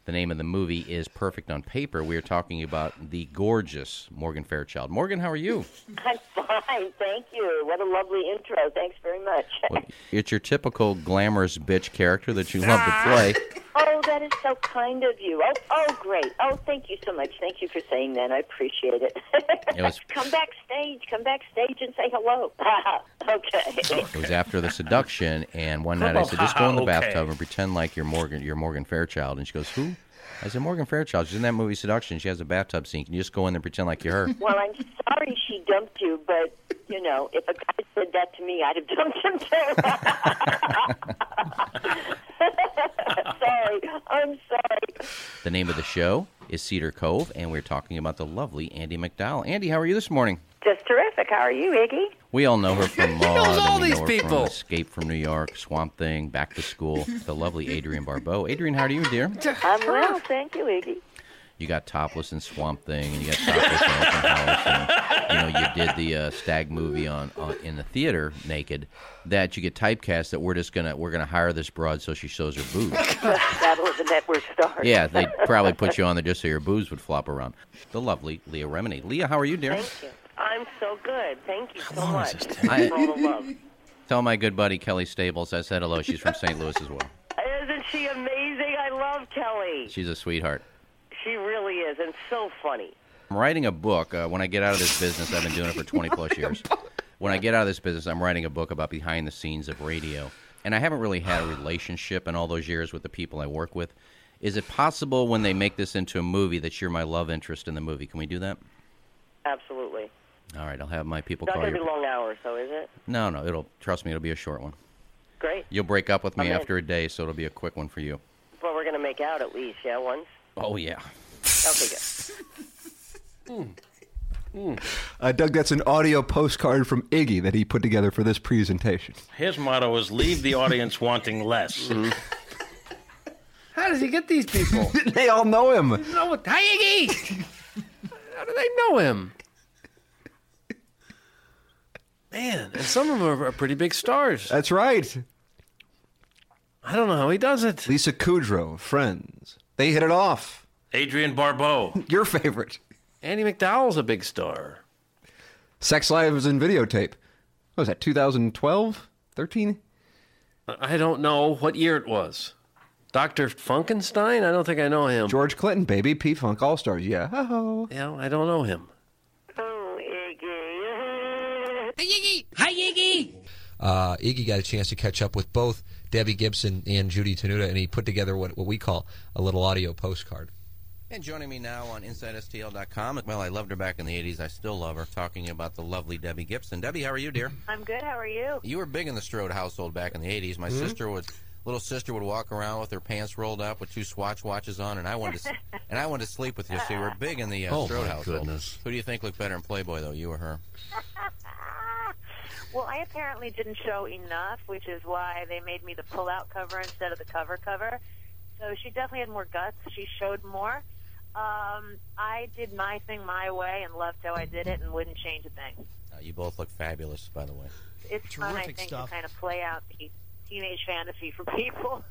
[SPEAKER 4] The name of the movie is Perfect on Paper. We are talking about the gorgeous Morgan Fairchild. Morgan, how are you?
[SPEAKER 22] I'm fine, thank you. What a lovely intro. Thanks very much. *laughs*
[SPEAKER 4] It's your typical glamorous bitch character that you love to
[SPEAKER 29] *laughs*
[SPEAKER 4] play.
[SPEAKER 22] oh, that is so kind of you. Oh, oh, great. Oh, thank you so much. Thank you for saying that. I appreciate it. *laughs*
[SPEAKER 4] It was
[SPEAKER 22] come backstage. Come backstage and say hello. *laughs* okay.
[SPEAKER 4] It was after the seduction, and one night I said, "Just go in the bathtub and pretend like you're Morgan, you're Morgan Fairchild." And she goes, "Who?" I said, "Morgan Fairchild. She's in that movie Seduction. She has a bathtub scene. Can you just go in there and pretend like you're her?"
[SPEAKER 22] Well, I'm sorry she dumped you, but you know, if a guy said that to me, I'd have *laughs* dumped him too. *laughs* sorry, I'm sorry.
[SPEAKER 4] The name of the show is Cedar Cove, and we're talking about the lovely Andy McDowell. Andy, how are you this morning?
[SPEAKER 30] Just terrific. How are you, Iggy?
[SPEAKER 4] We all know her
[SPEAKER 30] *laughs*
[SPEAKER 4] from Law.
[SPEAKER 30] knows
[SPEAKER 4] and
[SPEAKER 30] all
[SPEAKER 4] we
[SPEAKER 30] these
[SPEAKER 4] know her
[SPEAKER 30] people.
[SPEAKER 4] From Escape from New York, Swamp Thing, Back to School. The lovely Adrian Barbeau. Adrian, how are you, dear?
[SPEAKER 30] I'm well, thank you, Iggy.
[SPEAKER 4] You got topless in Swamp Thing, and you got topless in Open House, and you know you did the uh, Stag movie on, on in the theater naked. That you get typecast that we're just gonna we're gonna hire this broad so she shows her boobs.
[SPEAKER 22] Battle of the Network Stars.
[SPEAKER 4] yeah, they probably put you on there just so your boobs would flop around. The lovely Leah Remini. Leah, how are you,
[SPEAKER 11] *laughs*
[SPEAKER 4] dear?
[SPEAKER 30] Thank you. I'm so good. Thank you so
[SPEAKER 4] long
[SPEAKER 30] much.
[SPEAKER 4] is this take? I-
[SPEAKER 30] All the love.
[SPEAKER 4] Tell my good buddy Kelly Stables I said hello. She's from St. Louis as well.
[SPEAKER 30] Isn't she amazing? I love Kelly.
[SPEAKER 4] She's a sweetheart.
[SPEAKER 30] She really is, and so funny.
[SPEAKER 4] I'm writing a book. Uh, when I get out of this business, I've been doing
[SPEAKER 30] *laughs*
[SPEAKER 4] it for 20 plus years. When I get out of this business, I'm writing a book about behind the scenes of radio. And I haven't really had a relationship in all those years with the people I work with. Is it possible when they make this into a movie that you're my love interest in the movie? Can we do that?
[SPEAKER 30] Absolutely.
[SPEAKER 4] All right, I'll have my people
[SPEAKER 30] Not
[SPEAKER 4] call
[SPEAKER 30] going to
[SPEAKER 4] you.
[SPEAKER 30] be long hours, though, is it?
[SPEAKER 4] No, no, it'll trust me, it'll be a short one.
[SPEAKER 30] Great.
[SPEAKER 4] You'll break up with me
[SPEAKER 30] Okay.
[SPEAKER 4] after a day, so it'll be a quick one for you.
[SPEAKER 30] But we're going to make out at least, yeah, once.
[SPEAKER 4] Oh yeah.
[SPEAKER 30] Okay, good.
[SPEAKER 5] Uh, Doug, that's an audio postcard from Iggy that he put together for this presentation. *laughs*
[SPEAKER 9] His motto is leave the audience wanting less.
[SPEAKER 7] Mm-hmm.
[SPEAKER 5] How does he get these *laughs* people? they all know him.
[SPEAKER 10] No, hi Iggy. How do they know him? Man, and some of them are pretty big stars.
[SPEAKER 5] That's right.
[SPEAKER 10] I don't know how he does it.
[SPEAKER 5] Lisa Kudrow, Friends. They hit it off.
[SPEAKER 9] Adrian Barbeau.
[SPEAKER 5] *laughs* Your favorite.
[SPEAKER 10] Andy McDowell's a big star.
[SPEAKER 5] Sex Lives and Videotape. What was that, 2012? 13?
[SPEAKER 10] I I don't know what year it was. Dr. Funkenstein? I don't think I know him.
[SPEAKER 5] George Clinton, baby. P Funk All Stars. Yeah. Oh.
[SPEAKER 10] Yeah, I don't know him.
[SPEAKER 30] Hi, Iggy. Hi, Iggy.
[SPEAKER 7] uh, Iggy got a chance to catch up with both Debbie Gibson and Judy Tenuta, and he put together what, what we call a little audio postcard.
[SPEAKER 4] And joining me now on InsideSTL.com. Well, I loved her back in the 80s. I still love her. Talking about the lovely Debbie Gibson. Debbie, how are you, dear?
[SPEAKER 22] I'm good. How are you?
[SPEAKER 4] You were big in the Strode household back in the 80s. My
[SPEAKER 22] Mhm.
[SPEAKER 4] sister would, little sister would walk around with her pants rolled up with two Swatch watches on, and I wanted to, s- and I wanted to sleep with you. So you were big in the uh,
[SPEAKER 10] Oh,
[SPEAKER 4] Strode
[SPEAKER 10] my
[SPEAKER 4] household.
[SPEAKER 10] goodness.
[SPEAKER 4] Who do you think looked better in Playboy, though, you or her?
[SPEAKER 22] Well, I apparently didn't show enough, which is why they made me the pull-out cover instead of the cover cover. So she definitely had more guts. She showed more. Um, I did my thing my way and loved how I did it and wouldn't change a thing.
[SPEAKER 4] Uh, you both look fabulous, by the way.
[SPEAKER 22] It's fun, I
[SPEAKER 4] Terrific
[SPEAKER 22] think,
[SPEAKER 4] stuff.
[SPEAKER 22] *laughs* to kind of play out the teenage fantasy for people.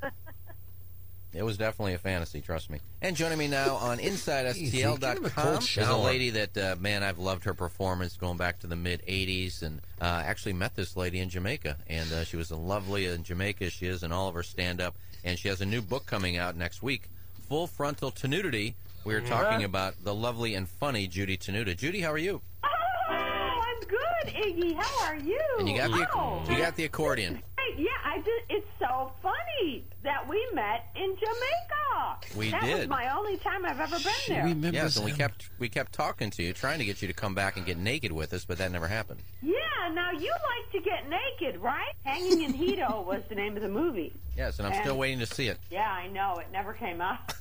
[SPEAKER 4] It was definitely a fantasy, trust me. And joining me now on
[SPEAKER 19] Jeez, you give him a cold
[SPEAKER 4] InsideSTL.com is a
[SPEAKER 19] shower.
[SPEAKER 4] lady that, uh, man, I've loved her performance going back to the mid 80s and uh, actually met this lady in Jamaica. And uh, she was as lovely in Jamaica as she is in all of her stand up. And she has a new book coming out next week Full Frontal Tenudity. We are talking
[SPEAKER 28] Yeah.
[SPEAKER 4] about the lovely and funny Judy Tenuta. Judy, how are you?
[SPEAKER 28] Oh, I'm good, Iggy. How are you?
[SPEAKER 4] And you got the,
[SPEAKER 28] oh,
[SPEAKER 4] you got the accordion.
[SPEAKER 28] great. Yeah, I just, it's so funny that we met in Jamaica.
[SPEAKER 4] We
[SPEAKER 28] that was
[SPEAKER 4] did.
[SPEAKER 28] my only time I've ever been there.
[SPEAKER 4] yes, and we kept we kept talking to you, trying to get you to come back and get naked with us, but that never happened.
[SPEAKER 28] Yeah, now you like to get naked, right? Hanging in Hito was the name of the movie.
[SPEAKER 4] Yes, and I'm still
[SPEAKER 28] And-
[SPEAKER 4] waiting to see it.
[SPEAKER 28] Yeah, I know. It never came out.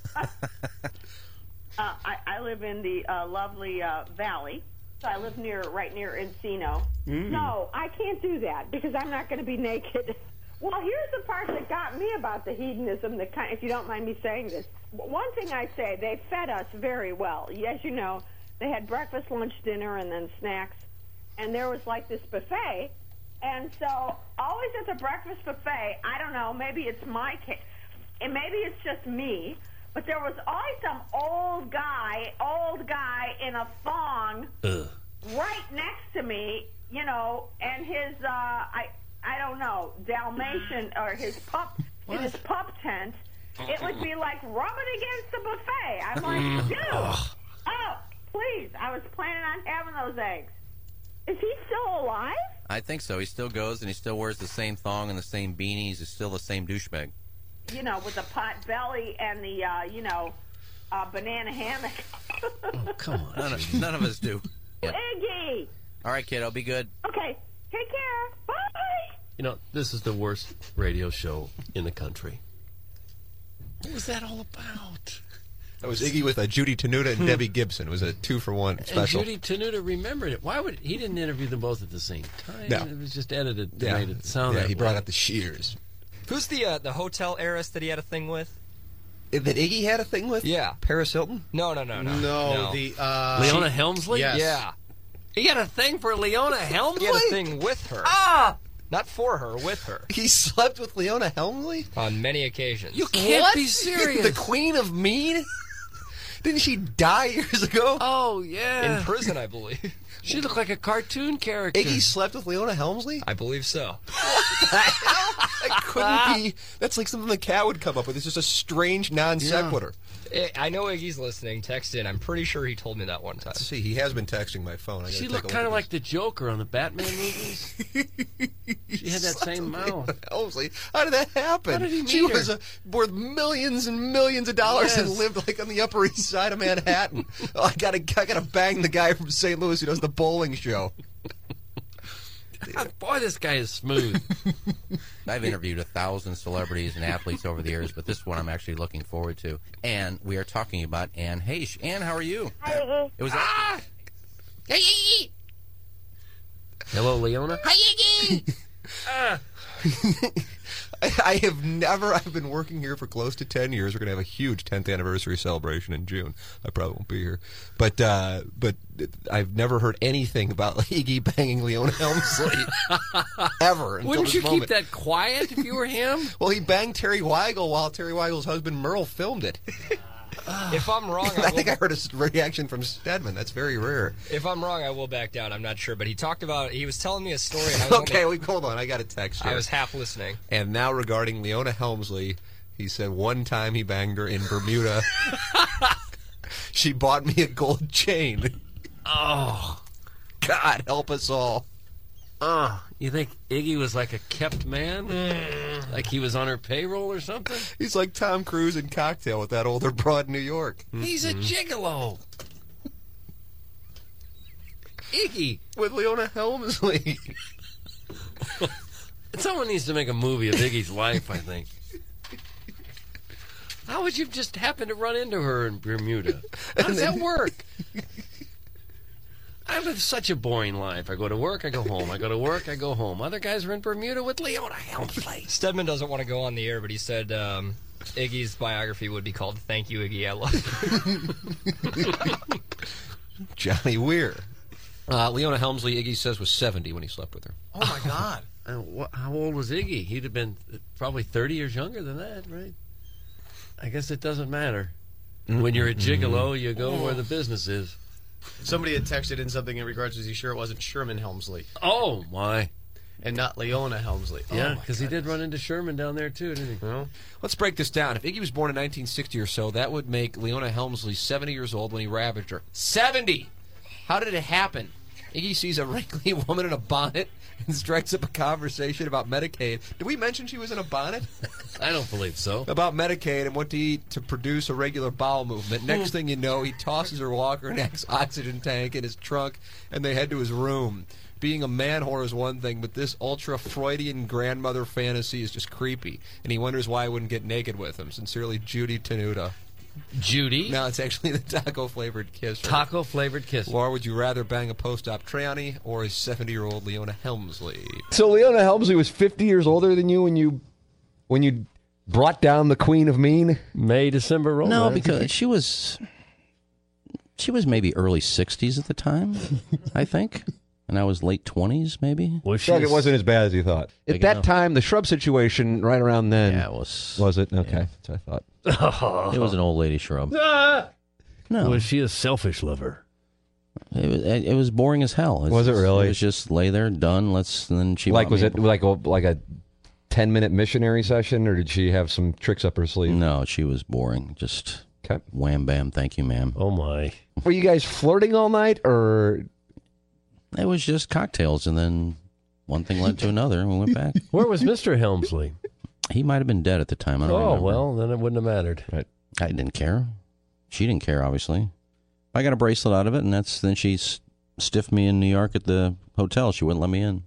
[SPEAKER 28] uh, I, I live in the uh, lovely uh, valley, so I live near, right near Encino.
[SPEAKER 30] Mm.
[SPEAKER 28] No, I can't do that because I'm not going to be naked. Well, here's the part that got me about the hedonism. The kind, if you don't mind me saying this, W- one thing I say, they fed us very well. Yes, you know, they had breakfast, lunch, dinner, and then snacks, and there was like this buffet. And so, always at the breakfast buffet, I don't know, maybe it's my case, and maybe it's just me, but there was always some old guy, old guy in a thong right next to me, you know, and his uh I I don't know, Dalmatian or his pup in his pup tent, it would be like rubbing against the buffet. I'm like, dude, oh, please, I was planning on having those eggs. Is he still alive?
[SPEAKER 4] I think so. He still goes and he still wears the same thong and the same beanies. He's still the same douchebag.
[SPEAKER 28] You know, with the pot belly and the uh, you know, uh banana hammock.
[SPEAKER 4] Come
[SPEAKER 10] Oh,
[SPEAKER 4] on, none of, none of us do. Yeah.
[SPEAKER 28] Iggy.
[SPEAKER 4] All right, kiddo, be good.
[SPEAKER 28] Okay. Take care. Bye.
[SPEAKER 10] You know, this is the worst radio show in the country.
[SPEAKER 30] What was that all about?
[SPEAKER 7] That was Iggy with uh, Judy Tenuta and Debbie Gibson. It was a two for one special.
[SPEAKER 10] Hmm. And Judy Tenuta remembered it. Why would he didn't interview them both at the same time?
[SPEAKER 7] No.
[SPEAKER 10] It was just edited to
[SPEAKER 7] Yeah.
[SPEAKER 10] make it sound.
[SPEAKER 7] Yeah,
[SPEAKER 10] that
[SPEAKER 7] he brought
[SPEAKER 10] way.
[SPEAKER 7] out the shears.
[SPEAKER 8] Who's the uh, the hotel heiress that he had a thing with?
[SPEAKER 7] Eh, That Iggy had a thing with?
[SPEAKER 8] Yeah.
[SPEAKER 7] Paris Hilton?
[SPEAKER 8] No, no, no, no.
[SPEAKER 7] No,
[SPEAKER 8] the
[SPEAKER 7] uh,
[SPEAKER 10] Leona Helmsley.
[SPEAKER 8] Yeah.
[SPEAKER 10] He had a thing for Leona Helmsley.
[SPEAKER 8] He had a thing with her.
[SPEAKER 10] Ah.
[SPEAKER 8] Not for her, with her.
[SPEAKER 7] *laughs* He slept with Leona Helmsley?
[SPEAKER 8] On many occasions.
[SPEAKER 10] You can't
[SPEAKER 7] What?
[SPEAKER 10] be serious.
[SPEAKER 7] the Queen of Mean? Didn't she die years ago?
[SPEAKER 10] Oh yeah.
[SPEAKER 8] In prison, I believe.
[SPEAKER 10] *laughs* She looked like a cartoon character.
[SPEAKER 7] Iggy slept with Leona Helmsley?
[SPEAKER 8] I believe so.
[SPEAKER 7] That
[SPEAKER 10] *laughs*
[SPEAKER 7] couldn't be. That's like something the cat would come up with. It's just a strange non sequitur.
[SPEAKER 8] Eh, I know Iggy's listening. Text in. I'm pretty sure he told me that one time.
[SPEAKER 7] See, he has been texting my phone. I
[SPEAKER 10] She looked kind of like the Joker on the Batman movies. she had
[SPEAKER 7] *laughs*
[SPEAKER 10] that same mouth.
[SPEAKER 7] Helmsley. How did that happen?
[SPEAKER 10] How did he
[SPEAKER 7] she
[SPEAKER 10] meet her?
[SPEAKER 7] was uh worth millions and millions of dollars and
[SPEAKER 10] Yes.
[SPEAKER 7] lived like on the Upper East Side
[SPEAKER 10] *laughs*
[SPEAKER 7] of Manhattan. oh, I gotta, I gotta bang the guy from St. Louis who does the bowling show.
[SPEAKER 10] Boy, this guy is smooth.
[SPEAKER 4] *laughs* I've interviewed a thousand celebrities and athletes over the years, but this one I'm actually looking forward to. And we are talking about Anne Heche. Anne, how are you?
[SPEAKER 30] Hi,
[SPEAKER 4] It was ah!
[SPEAKER 30] Hey, Iggy.
[SPEAKER 10] Hello, Leona.
[SPEAKER 30] Hi, Iggy. Ah.
[SPEAKER 7] I, *laughs* I have never. I've been working here for close to ten years. We're gonna have a huge tenth anniversary celebration in June. I probably won't be here, but uh, but I've never heard anything about *laughs* Iggy banging Leona Helmsley
[SPEAKER 10] *laughs*
[SPEAKER 7] ever. until
[SPEAKER 10] Wouldn't
[SPEAKER 7] this
[SPEAKER 10] you keep
[SPEAKER 7] moment.
[SPEAKER 10] that quiet if you were him?
[SPEAKER 7] *laughs* Well, he banged Terry Weigel while Terry Weigel's husband Merle
[SPEAKER 10] *laughs*
[SPEAKER 7] filmed it.
[SPEAKER 8] If I'm wrong,
[SPEAKER 7] I think I heard a s- reaction from Stedman. That's very rare.
[SPEAKER 8] If I'm wrong, I will back down. I'm not sure, but he talked about. He was telling me a story. And I was
[SPEAKER 7] Okay,
[SPEAKER 8] only-
[SPEAKER 7] we hold on. I got a text. Here.
[SPEAKER 8] I was half listening.
[SPEAKER 7] And now regarding Leona Helmsley, he said one time he banged her in
[SPEAKER 10] *laughs*
[SPEAKER 7] Bermuda. she bought me a gold chain.
[SPEAKER 10] Oh,
[SPEAKER 7] God help us all.
[SPEAKER 10] Uh, you think Iggy was like a kept man? Like he was on her payroll or something?
[SPEAKER 7] He's like Tom Cruise in Cocktail with that older broad in New York. Mm-hmm.
[SPEAKER 10] He's a gigolo. Iggy.
[SPEAKER 7] With Leona Helmsley. *laughs*
[SPEAKER 10] Someone needs to make a movie of Iggy's life, I think. How would you just happen to run into her in Bermuda? How does that work? I live such a boring life. I go to work, I go home. I go to work, I go home. Other guys are in Bermuda with Leona Helmsley.
[SPEAKER 8] Stedman doesn't want to go on the air, but he said um, Iggy's biography would be called "Thank You, Iggy. I Love." You."
[SPEAKER 7] Johnny Weir.
[SPEAKER 15] Uh, Leona Helmsley, Iggy says, was 70 when he slept with her.
[SPEAKER 10] Oh my *laughs* God! how old was Iggy? He'd have been uh, probably thirty years younger than that, right? I guess it doesn't matter. When you're a gigolo, you go where the business is.
[SPEAKER 15] Somebody had texted in something in regards to is he sure it wasn't Sherman Helmsley?
[SPEAKER 10] Oh my!
[SPEAKER 15] And not Leona Helmsley.
[SPEAKER 10] Yeah,
[SPEAKER 15] oh, my
[SPEAKER 10] because he did run into Sherman down there too, didn't he?
[SPEAKER 7] Let's break this down. If Iggy was born in 1960 or so, that would make Leona Helmsley 70 years old when he ravaged her. 70! How did it happen? Iggy sees a wrinkly *laughs* woman in a bonnet and strikes up a conversation about Medicaid. Did we mention she was in a bonnet?
[SPEAKER 10] I don't believe so.
[SPEAKER 7] About Medicaid and what to eat to produce a regular bowel movement. Next thing you know, he tosses her walker and ex- oxygen tank in his trunk, and they head to his room. Being a man whore is one thing, but this ultra Freudian grandmother fantasy is just creepy. And he wonders why I wouldn't get naked with him. Sincerely, Judy Tenuta.
[SPEAKER 10] Judy?
[SPEAKER 7] No, it's actually the taco flavored kiss.
[SPEAKER 10] Taco flavored kiss.
[SPEAKER 7] Or would you rather bang a post op Triani or a 70 year old Leona Helmsley?
[SPEAKER 5] So Leona Helmsley was 50 years older than you when you when you brought down the queen of mean?
[SPEAKER 10] May December roll.
[SPEAKER 4] No, because she was she was maybe early '60s at the
[SPEAKER 10] *laughs*
[SPEAKER 4] time,
[SPEAKER 18] *laughs*
[SPEAKER 4] I think, and I was late '20s, maybe.
[SPEAKER 5] Well, Doug, it wasn't as bad as you thought. At
[SPEAKER 4] Big
[SPEAKER 5] that
[SPEAKER 4] enough.
[SPEAKER 5] time, the shrub situation right around then.
[SPEAKER 4] Yeah, it was.
[SPEAKER 5] Was it? Okay. That's what I thought.
[SPEAKER 4] *laughs* It was an old lady shrub. No.
[SPEAKER 18] Was she a selfish lover?
[SPEAKER 4] It was, it was boring as hell. was it really? It was just lay there, done. Let's and then she
[SPEAKER 5] like
[SPEAKER 4] bought
[SPEAKER 5] was
[SPEAKER 4] me a
[SPEAKER 5] it like a like a 10 minute missionary session or did she have some tricks up her sleeve
[SPEAKER 4] no she was boring just wham bam thank you ma'am
[SPEAKER 18] oh my
[SPEAKER 5] were you guys flirting all night or
[SPEAKER 4] it was just cocktails and then one thing led to another and we went back
[SPEAKER 10] *laughs* where was mr helmsley
[SPEAKER 4] he might have been dead at the time I don't
[SPEAKER 10] Oh,
[SPEAKER 4] remember.
[SPEAKER 10] well, then it wouldn't have mattered
[SPEAKER 4] i didn't care she didn't care obviously i got a bracelet out of it and that's then she s- stiffed me in new york at the hotel she wouldn't let me in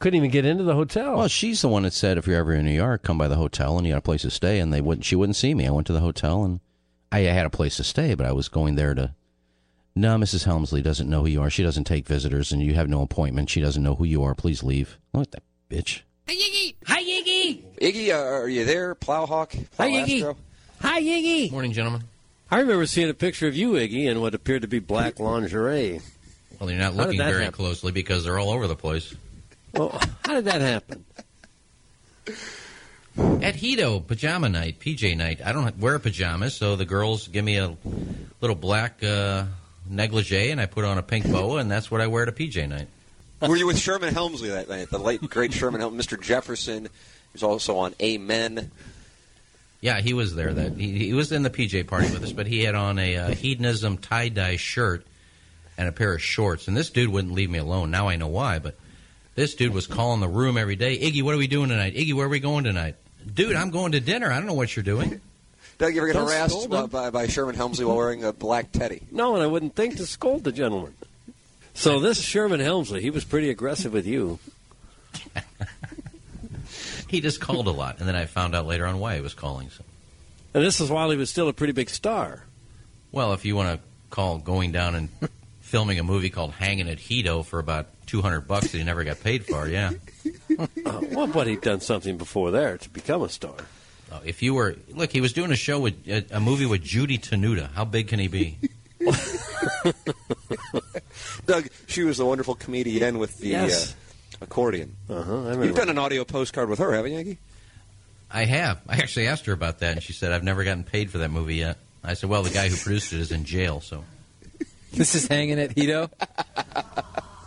[SPEAKER 10] couldn't even get into the hotel
[SPEAKER 4] well she's the one that said if you're ever in new york come by the hotel and you got a place to stay and they wouldn't she wouldn't see me i went to the hotel and i had a place to stay but i was going there to No, Mrs. Helmsley doesn't know who you are. She doesn't take visitors, and you have no appointment. She doesn't know who you are. Please leave. Look at that bitch.
[SPEAKER 30] Hey, Iggy. Hi, Iggy.
[SPEAKER 31] Iggy, uh, are you there, Plowhawk? Hi, Iggy.
[SPEAKER 18] Hi, Iggy.
[SPEAKER 4] Morning, gentlemen.
[SPEAKER 18] I remember seeing a picture of you, Iggy, in what appeared to be black lingerie.
[SPEAKER 4] Well, you're not
[SPEAKER 18] How did
[SPEAKER 4] looking
[SPEAKER 18] that
[SPEAKER 4] very
[SPEAKER 18] happen?
[SPEAKER 4] closely because they're all over the place.
[SPEAKER 18] Well, how did that happen?
[SPEAKER 4] At Hito, pajama night, PJ night. I don't wear pajamas, so the girls give me a little black uh, negligee, and I put on a pink boa, and that's what I wear to PJ night.
[SPEAKER 31] Were you with Sherman Helmsley that night? The late, great Sherman Helmsley, Mr. Jefferson. He was also on Amen.
[SPEAKER 4] Yeah, he was there. That he, he was in the PJ party with us, but he had on a uh, hedonism tie dye shirt and a pair of shorts. And this dude wouldn't leave me alone. Now I know why. But this dude was calling the room every day. Iggy, what are we doing tonight? Iggy, where are we going tonight? Dude, I'm going to dinner. I don't know what you're doing. *laughs*
[SPEAKER 31] Doug, you ever get
[SPEAKER 4] Don't
[SPEAKER 31] harassed
[SPEAKER 4] scold
[SPEAKER 31] by,
[SPEAKER 4] him.
[SPEAKER 31] by, by Sherman Helmsley while wearing a black teddy?
[SPEAKER 18] No, and I wouldn't think to scold the gentleman. So this Sherman Helmsley, he was pretty aggressive with you.
[SPEAKER 4] He just called a lot, and then I found out later on why he was calling. So.
[SPEAKER 18] And this is while he was still a pretty big star.
[SPEAKER 4] Well, if you want to call going down and *laughs* filming a movie called Hanging at Hito for about 200 bucks that he never got paid for, yeah.
[SPEAKER 18] Uh, well, but he'd done something before there to become a star.
[SPEAKER 4] Oh, If you were look, he was doing a show with a, a movie with Judy Tenuta. How big can he be?
[SPEAKER 31] Doug, she was the wonderful comedian with the
[SPEAKER 4] Yes.
[SPEAKER 31] uh, accordion.
[SPEAKER 18] Uh-huh,
[SPEAKER 31] You've done an audio postcard with her, haven't you, Iggy?
[SPEAKER 4] I have. I actually asked her about that, and she said, "I've never gotten paid for that movie yet." I said, "Well, the guy who produced it is in jail, so." This is hanging at Hito.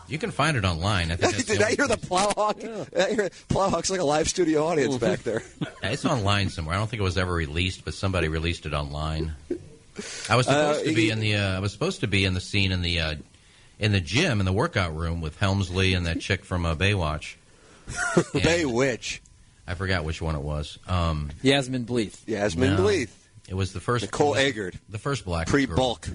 [SPEAKER 4] You can find it online. *laughs* I think that's
[SPEAKER 31] Did
[SPEAKER 4] the
[SPEAKER 31] I hear the Plowhawk? I hear Plowhawk's like a live studio audience back there. *laughs*
[SPEAKER 4] only- it's online somewhere. I don't think it was ever released, but somebody released it online. I was supposed
[SPEAKER 31] Uh,
[SPEAKER 4] to be
[SPEAKER 31] Iggy-
[SPEAKER 4] in the. Uh, I was supposed to be in the scene in the uh, in the gym in the workout room with Helmsley and that chick from uh, Baywatch.
[SPEAKER 31] *laughs* Baywitch.
[SPEAKER 4] I forgot which one it was. Um,
[SPEAKER 31] Yasmin Bleeth. Yasmin
[SPEAKER 4] No.
[SPEAKER 31] Bleeth.
[SPEAKER 4] It was the first
[SPEAKER 31] Nicole
[SPEAKER 4] it was
[SPEAKER 31] Eggert.
[SPEAKER 4] the first black
[SPEAKER 31] Pre
[SPEAKER 4] girl.
[SPEAKER 31] bulk.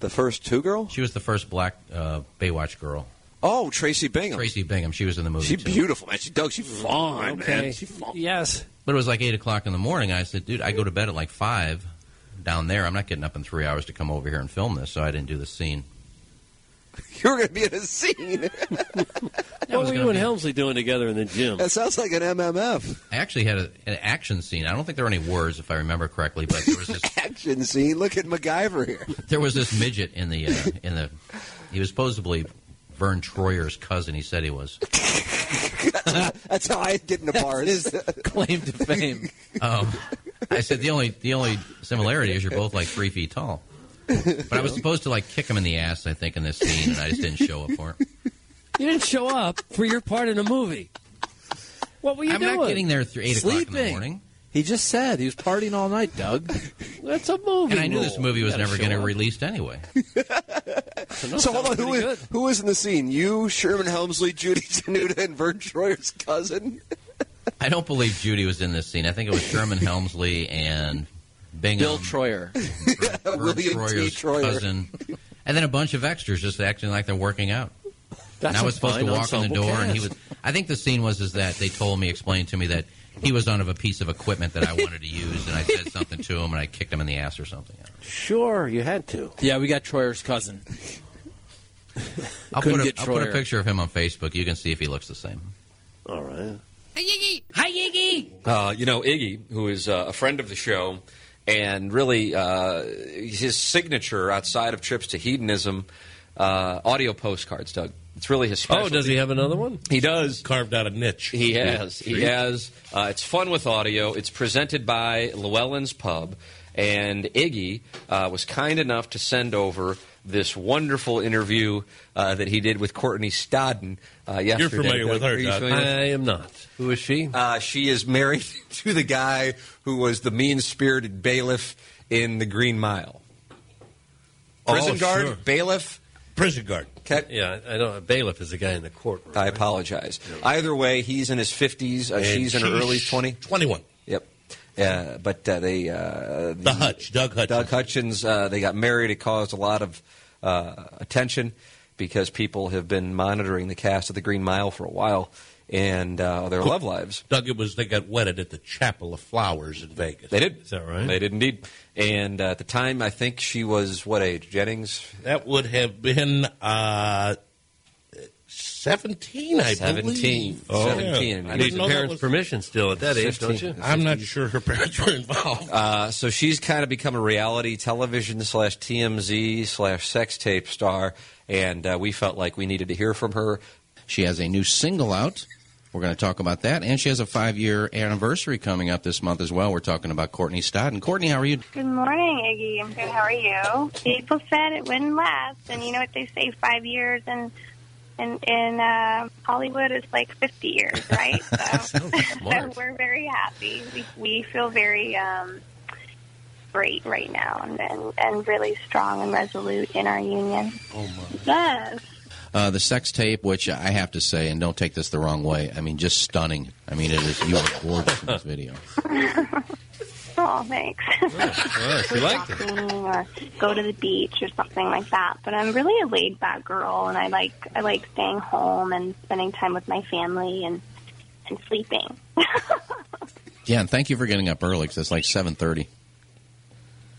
[SPEAKER 31] The first two girl.
[SPEAKER 4] She was the first black uh, Baywatch girl.
[SPEAKER 31] Oh, Tracy Bingham.
[SPEAKER 4] Tracy Bingham. She was in the movie.
[SPEAKER 31] She's
[SPEAKER 4] too.
[SPEAKER 31] beautiful, man. She, Doug, she's fine, man. She's fine.
[SPEAKER 18] Yes.
[SPEAKER 4] But it was like eight o'clock in the morning. I said, "Dude, I go to bed at like five down there. I'm not getting up in three hours to come over here and film this." So I didn't do the scene.
[SPEAKER 31] You're going to be in a scene.
[SPEAKER 18] What were you and Helmsley doing together in the gym?
[SPEAKER 31] that sounds like an MMF
[SPEAKER 4] I actually had a, an action scene. I don't think there were any words, if I remember correctly, but there was this
[SPEAKER 31] action scene. Look at MacGyver here. *laughs*
[SPEAKER 4] there was this midget in the uh, in the. He was supposedly Vern Troyer's cousin. He said he was.
[SPEAKER 31] *laughs* That's how I get into bars. claim to fame.
[SPEAKER 4] Um, I said the only the only similarity is you're both like three feet tall. But I was supposed to like kick him in the ass, I think, in this scene, and I just didn't show up for it.
[SPEAKER 32] You didn't show up for your part in a movie. What were you
[SPEAKER 4] I'm
[SPEAKER 32] doing?
[SPEAKER 4] not getting there at th- eight o'clock in the
[SPEAKER 32] Sleeping.
[SPEAKER 4] morning.
[SPEAKER 21] He just said he was partying all night, Doug.
[SPEAKER 32] That's a movie.
[SPEAKER 4] *laughs* And I knew this
[SPEAKER 32] rule.
[SPEAKER 4] movie
[SPEAKER 32] You
[SPEAKER 4] was
[SPEAKER 32] gotta
[SPEAKER 4] never
[SPEAKER 32] show
[SPEAKER 4] going to
[SPEAKER 32] up.
[SPEAKER 4] released anyway.
[SPEAKER 24] so hold on, who is who is in the scene? You, Sherman Helmsley, Judy Tenuta, and Vern Troyer's cousin.
[SPEAKER 4] I don't believe Judy was in this scene. I think it was Sherman Helmsley and Bingham.
[SPEAKER 21] Bill Troyer.
[SPEAKER 4] *laughs* *laughs* William Troyer's cousin. And then a bunch of extras just acting like they're working out.
[SPEAKER 21] That's
[SPEAKER 4] and I
[SPEAKER 21] a
[SPEAKER 4] was supposed to
[SPEAKER 21] fine
[SPEAKER 4] walk in the
[SPEAKER 21] ensemble
[SPEAKER 4] door, and he was.
[SPEAKER 21] cast.
[SPEAKER 4] I think the scene was is that they told me, explained to me that he was on of a piece of equipment
[SPEAKER 21] *laughs*
[SPEAKER 4] that I wanted to use, and I said something to him, and I kicked him in the ass or something.
[SPEAKER 21] Sure, you had to. Yeah, we got Troyer's cousin.
[SPEAKER 4] *laughs* I'll,
[SPEAKER 21] Couldn't
[SPEAKER 4] put a,
[SPEAKER 21] get
[SPEAKER 4] I'll put a
[SPEAKER 21] Troyer.
[SPEAKER 4] picture of him on Facebook. You can see if he looks the same.
[SPEAKER 21] All right.
[SPEAKER 33] Hi, Iggy. Hi, Iggy.
[SPEAKER 7] Uh, you know, Iggy, who is uh, a friend of the show, and really uh, his signature outside of trips to hedonism, uh, audio postcards, Doug. It's really his
[SPEAKER 10] Oh,
[SPEAKER 7] specialty.
[SPEAKER 10] does he have another one?
[SPEAKER 7] He does.
[SPEAKER 10] Carved out a niche.
[SPEAKER 7] He has. He
[SPEAKER 10] Treat.
[SPEAKER 7] has. Uh, it's fun with audio. It's presented by Llewellyn's Pub. And Iggy uh, was kind enough to send over this wonderful interview uh, that he did with Courtney Stodden uh, yesterday.
[SPEAKER 10] familiar with her,
[SPEAKER 7] Are you
[SPEAKER 10] Doug.
[SPEAKER 7] familiar with-
[SPEAKER 10] I am not. Who is she?
[SPEAKER 7] Uh, she is married *laughs* to the guy who was the mean spirited bailiff in The Green Mile. Prison
[SPEAKER 10] Oh,
[SPEAKER 7] guard,
[SPEAKER 10] sure.
[SPEAKER 7] bailiff.
[SPEAKER 10] Prison guard.
[SPEAKER 7] Okay.
[SPEAKER 10] Yeah, I don't. A bailiff is the guy in the courtroom.
[SPEAKER 7] I apologize. Either way, he's in his 50s. Uh,
[SPEAKER 10] And
[SPEAKER 7] she's in her
[SPEAKER 10] she's
[SPEAKER 7] early 20.
[SPEAKER 10] 21.
[SPEAKER 7] Yep. Uh, but uh, they. Uh, the, Hutch, Doug Hutchins. Doug Hutchins, uh, they got married. It caused a lot of uh, attention because people have been monitoring the cast of The Green Mile for a while and uh, their love lives.
[SPEAKER 14] Doug, it was they got wedded at the Chapel of Flowers in Vegas.
[SPEAKER 7] They did. Is
[SPEAKER 14] that right?
[SPEAKER 7] They did indeed. And uh, at the time, I think she was what age? Jennings.
[SPEAKER 14] That would have been uh, seventeen, I
[SPEAKER 7] Seventeen.
[SPEAKER 14] believe. Oh,
[SPEAKER 7] Seventeen.
[SPEAKER 14] yeah. I didn't know that was-
[SPEAKER 7] permission still at
[SPEAKER 14] that age, don't you? I'm not *laughs*
[SPEAKER 7] sure her parents were involved. Uh, so she's kind of become a reality television slash TMZ slash sex tape star, and uh, we felt like we needed to hear from her.
[SPEAKER 4] She has a new single out. We're going to talk about that, and she has a five-year anniversary coming up this month as well. We're talking about Courtney Stodden. Courtney, how are you?
[SPEAKER 20] Good morning, Iggy. I'm good. How are you? People said it wouldn't last, and you know what they say: five years and in in uh, Hollywood is like 50 *laughs* years, right? So, so
[SPEAKER 14] smart.
[SPEAKER 20] we're very happy. We, we feel very um, great right now, and, and and really strong and resolute in our union. Oh my! Yes.
[SPEAKER 4] Uh, the sex tape, which I have to say, and don't take this the wrong way. I mean, just stunning. I mean, it is you are gorgeous in this video.
[SPEAKER 20] *laughs* Oh, thanks.
[SPEAKER 4] she
[SPEAKER 20] We're
[SPEAKER 4] liked it.
[SPEAKER 20] walking Or *laughs* go to the beach or something like that. But I'm really a laid back girl, and I like I like staying home and spending time with my family and and sleeping.
[SPEAKER 4] Yeah, and thank you for getting up early because it's like seven thirty.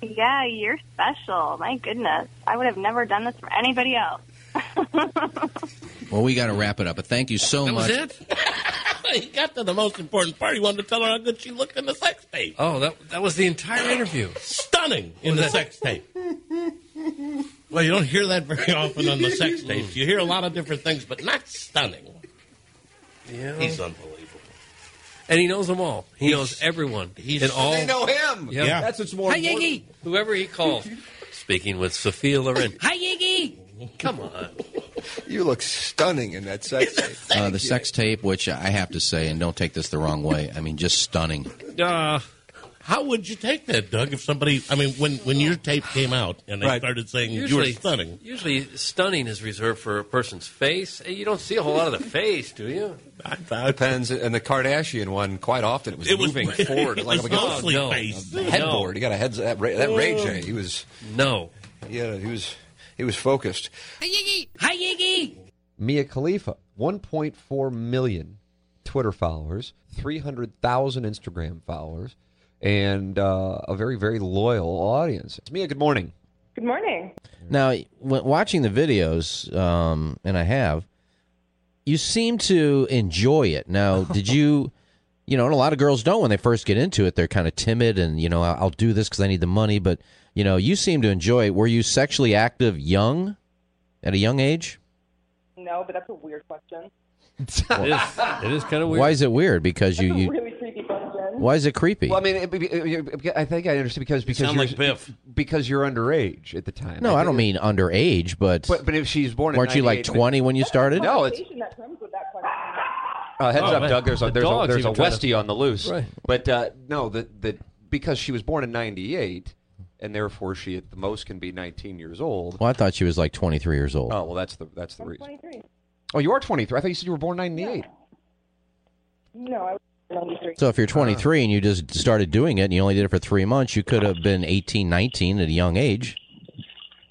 [SPEAKER 20] Yeah, you're special. My goodness, I would have never done this for anybody else.
[SPEAKER 4] Well, we got to wrap it up, but thank you so
[SPEAKER 14] That was
[SPEAKER 4] much. *laughs*
[SPEAKER 14] it. he got to the most important part. He wanted to tell her how good she looked in the sex tape.
[SPEAKER 10] Oh, that that was the entire interview.
[SPEAKER 14] Stunning in the sex tape.
[SPEAKER 15] *laughs*
[SPEAKER 14] Well, you don't hear that very often on the sex tapes. You hear a lot of different things, but not stunning.
[SPEAKER 10] Yeah.
[SPEAKER 14] He's unbelievable.
[SPEAKER 10] and he knows them all. He knows everyone. He's in all.
[SPEAKER 14] They know him.
[SPEAKER 10] Yep.
[SPEAKER 14] Oh. Yeah.
[SPEAKER 10] That's
[SPEAKER 14] what's more
[SPEAKER 10] Hi,
[SPEAKER 14] important.
[SPEAKER 10] Iggy. Whoever he calls. Speaking with Sophia Loren. Uh,
[SPEAKER 33] Hi, Iggy.
[SPEAKER 10] Come on.
[SPEAKER 24] You look stunning in that sex tape.
[SPEAKER 4] Uh, the sex tape, which I have to say, and don't take this the wrong way. I mean, just stunning.
[SPEAKER 14] Uh, how would you take that, Doug? If somebody, I mean, when when your tape came out and they
[SPEAKER 10] Right.
[SPEAKER 14] started saying you were stunning,
[SPEAKER 10] Usually, stunning is reserved for a person's face. Hey, You don't see a whole lot of the face, do you?
[SPEAKER 7] Depends. And the Kardashian one, quite often it was
[SPEAKER 10] It was-
[SPEAKER 7] moving forward.
[SPEAKER 10] it
[SPEAKER 7] like
[SPEAKER 10] was
[SPEAKER 7] a-
[SPEAKER 10] mostly face.
[SPEAKER 7] a
[SPEAKER 10] No.
[SPEAKER 7] headboard. He got a head.
[SPEAKER 34] that Ray,
[SPEAKER 7] that Ray
[SPEAKER 34] J,
[SPEAKER 7] he was
[SPEAKER 10] no.
[SPEAKER 34] Yeah, he was he was focused.
[SPEAKER 33] Hi, Iggy. Hi, Iggy.
[SPEAKER 35] Mia Khalifa, 1.4 million Twitter followers, 300,000 Instagram followers, and uh, a very, very loyal audience. Mia, good morning.
[SPEAKER 27] Good morning.
[SPEAKER 4] Now, when watching the videos, um, and I have, you seem to enjoy it. Now, did you, *laughs* you know, and a lot of girls don't when they first get into it. They're kind of timid and, you know, I'll, I'll do this because I need the money. But, you know, you seem to enjoy it. Were you sexually active young, at a young
[SPEAKER 7] *laughs*
[SPEAKER 4] age?
[SPEAKER 27] No, but that's a weird question.
[SPEAKER 10] it is, it is kind of weird.
[SPEAKER 4] Why is it weird? Because
[SPEAKER 27] That's
[SPEAKER 4] you,
[SPEAKER 27] a
[SPEAKER 4] you
[SPEAKER 27] really creepy question.
[SPEAKER 29] Why?
[SPEAKER 4] Why is it creepy?
[SPEAKER 7] Well, I mean, it, it, it, it- I think I understand because because
[SPEAKER 4] sound
[SPEAKER 7] you're
[SPEAKER 4] like Biff.
[SPEAKER 7] because you're underage at the time.
[SPEAKER 4] no, I
[SPEAKER 7] think
[SPEAKER 4] don't mean underage, but
[SPEAKER 7] But- but if she's born at
[SPEAKER 4] weren't you like
[SPEAKER 7] 98,
[SPEAKER 4] twenty when you started?
[SPEAKER 7] No, it's-
[SPEAKER 29] That comes with that question.
[SPEAKER 7] Uh, heads
[SPEAKER 4] Oh,
[SPEAKER 7] up,
[SPEAKER 4] man.
[SPEAKER 7] Doug. There's a
[SPEAKER 4] The
[SPEAKER 7] there's a,
[SPEAKER 4] dog's
[SPEAKER 7] there's a
[SPEAKER 4] even trying to-
[SPEAKER 7] Westie on the loose.
[SPEAKER 4] Right.
[SPEAKER 7] But uh, no, the the because she was born in '98, and therefore she at the most can be 19 years old.
[SPEAKER 4] Well, I thought she was like twenty three years old.
[SPEAKER 7] Oh well, that's the that's the reason. Oh, you are 23. I thought you said you were born '98.
[SPEAKER 29] No, I was 93.
[SPEAKER 4] So if you're 23 and you just started doing it and you only did it for three months, you could have been 18, 19 at a young age.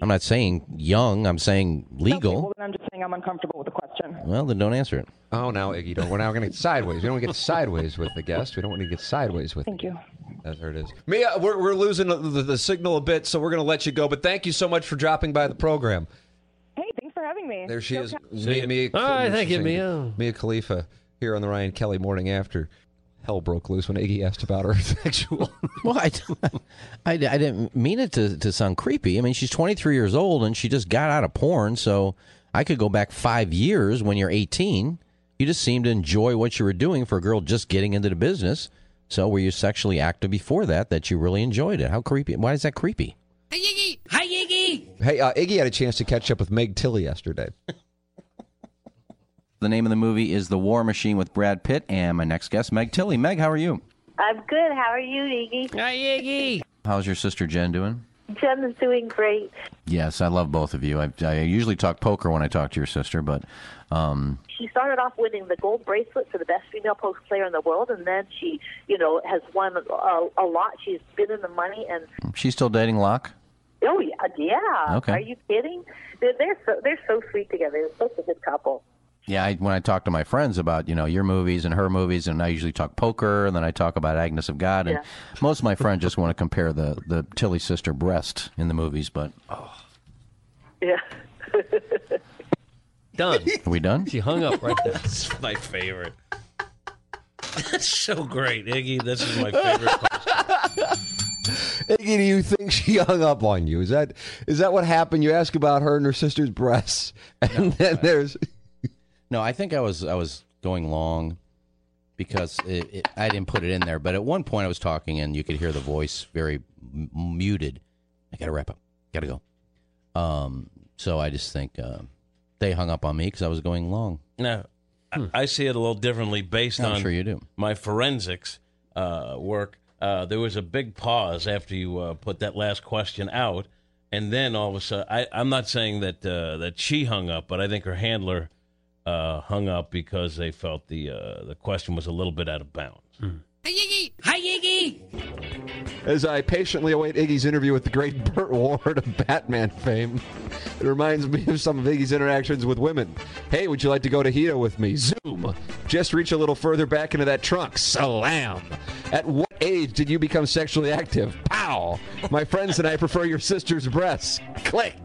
[SPEAKER 4] I'm not saying young. I'm saying legal.
[SPEAKER 29] Well, then I'm just saying I'm uncomfortable with the question.
[SPEAKER 4] Well, then don't answer it.
[SPEAKER 7] Oh, now Iggy, don't. We're now going to get sideways. We don't want to get sideways with the guest. We don't want to get sideways with.
[SPEAKER 29] Thank you.
[SPEAKER 7] Uh, there it is.
[SPEAKER 19] Mia, we're, we're losing the, the, the signal a bit, so we're going to let you go. But thank you so much for dropping by the program.
[SPEAKER 29] Hey, thanks for having me.
[SPEAKER 7] There she
[SPEAKER 29] So
[SPEAKER 7] is.
[SPEAKER 29] kind-
[SPEAKER 7] Mia, Mia,
[SPEAKER 29] All right,
[SPEAKER 7] Mia-
[SPEAKER 29] thank you,
[SPEAKER 7] saying-
[SPEAKER 29] Mia.
[SPEAKER 7] Mia Khalifa here on the Ryan Kelly Morning After. Hell broke loose when Iggy asked about
[SPEAKER 19] *laughs*
[SPEAKER 7] her sexual.
[SPEAKER 4] *laughs* Well, I, I, I didn't mean it to, to sound creepy. I mean, she's 23 years old and she just got out of porn. So I could go back five years when you're 18. You just seemed to enjoy what you were doing for a girl just getting into the business. So were you sexually active before that that you really enjoyed it? How creepy? Why is that creepy?
[SPEAKER 10] Hi, Iggy.
[SPEAKER 7] Hey, uh, Iggy had a chance to catch up with Meg Tilly yesterday.
[SPEAKER 4] The name of the movie is The War Machine with Brad Pitt and my next guest, Meg Tilly. Meg, how are you?
[SPEAKER 22] I'm good. How are you, Iggy? Hi, Iggy.
[SPEAKER 4] How's your sister Jen doing?
[SPEAKER 22] Jen's doing great.
[SPEAKER 4] Yes, I love both of you. I, I usually talk poker when I talk to your sister, but um,
[SPEAKER 22] She started off winning the gold bracelet for the best female poker player in the world, and then she, you know, has won a, a lot. She's been in the money, and
[SPEAKER 4] she's still dating Locke.
[SPEAKER 22] oh yeah, yeah.
[SPEAKER 4] Okay.
[SPEAKER 22] Are you kidding? They're, they're so they're so sweet together. They're such a good couple.
[SPEAKER 4] Yeah, I, when I talk to my friends about you know your movies and her movies, and I usually talk poker, and then I talk about Agnes of God, and
[SPEAKER 22] Yeah.
[SPEAKER 4] most of my friends just want to compare the the Tilly sister breast in the movies. But
[SPEAKER 22] Yeah.
[SPEAKER 14] *laughs* Done.
[SPEAKER 4] are we done? She
[SPEAKER 14] hung up right there. That's my favorite. That's so great, Iggy. This is my favorite. *laughs*
[SPEAKER 7] Iggy, do you think she *laughs* hung up on you? Is that is that what happened? You ask about her and her sister's breasts, and then there's
[SPEAKER 4] No, I think I was I was going long because it, it, I didn't put it in there. But at one point, I was talking, and you could hear the voice very m- muted. I got to wrap up. Got to go. Um, so I just think um they hung up on me because I was going long.
[SPEAKER 14] No, I, I see it a little differently based
[SPEAKER 4] I'm
[SPEAKER 14] on
[SPEAKER 4] sure you do.
[SPEAKER 14] my forensics uh, work. Uh, there was a big pause after you uh, put that last question out, and then all of a sudden, I, I'm not saying that uh, that she hung up, but I think her handler uh, hung up because they felt the uh, the question was a little bit out of bounds.
[SPEAKER 10] Hi, Iggy. Hi, Iggy.
[SPEAKER 7] as I patiently await Iggy's interview with the great *laughs* Burt Ward of Batman fame. It reminds me of some of Iggy's interactions with women. Hey, would you like to go to Hito with me? Zoom. Just reach a little further back into that trunk. Salam. At what age did you become sexually active? Pow. My friends and I prefer your sister's breasts. Click.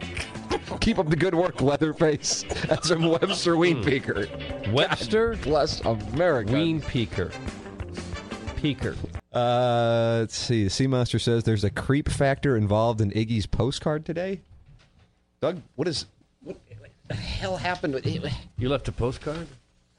[SPEAKER 7] Keep up the good work, Leatherface. That's from Webster Wienpeaker.
[SPEAKER 19] Webster
[SPEAKER 7] plus America.
[SPEAKER 19] Ween Peaker. Peaker.
[SPEAKER 7] Uh, let's see. The Sea Monster says there's a creep factor involved in Iggy's postcard today. Doug, what is what, what the hell happened? With,
[SPEAKER 19] You left a postcard?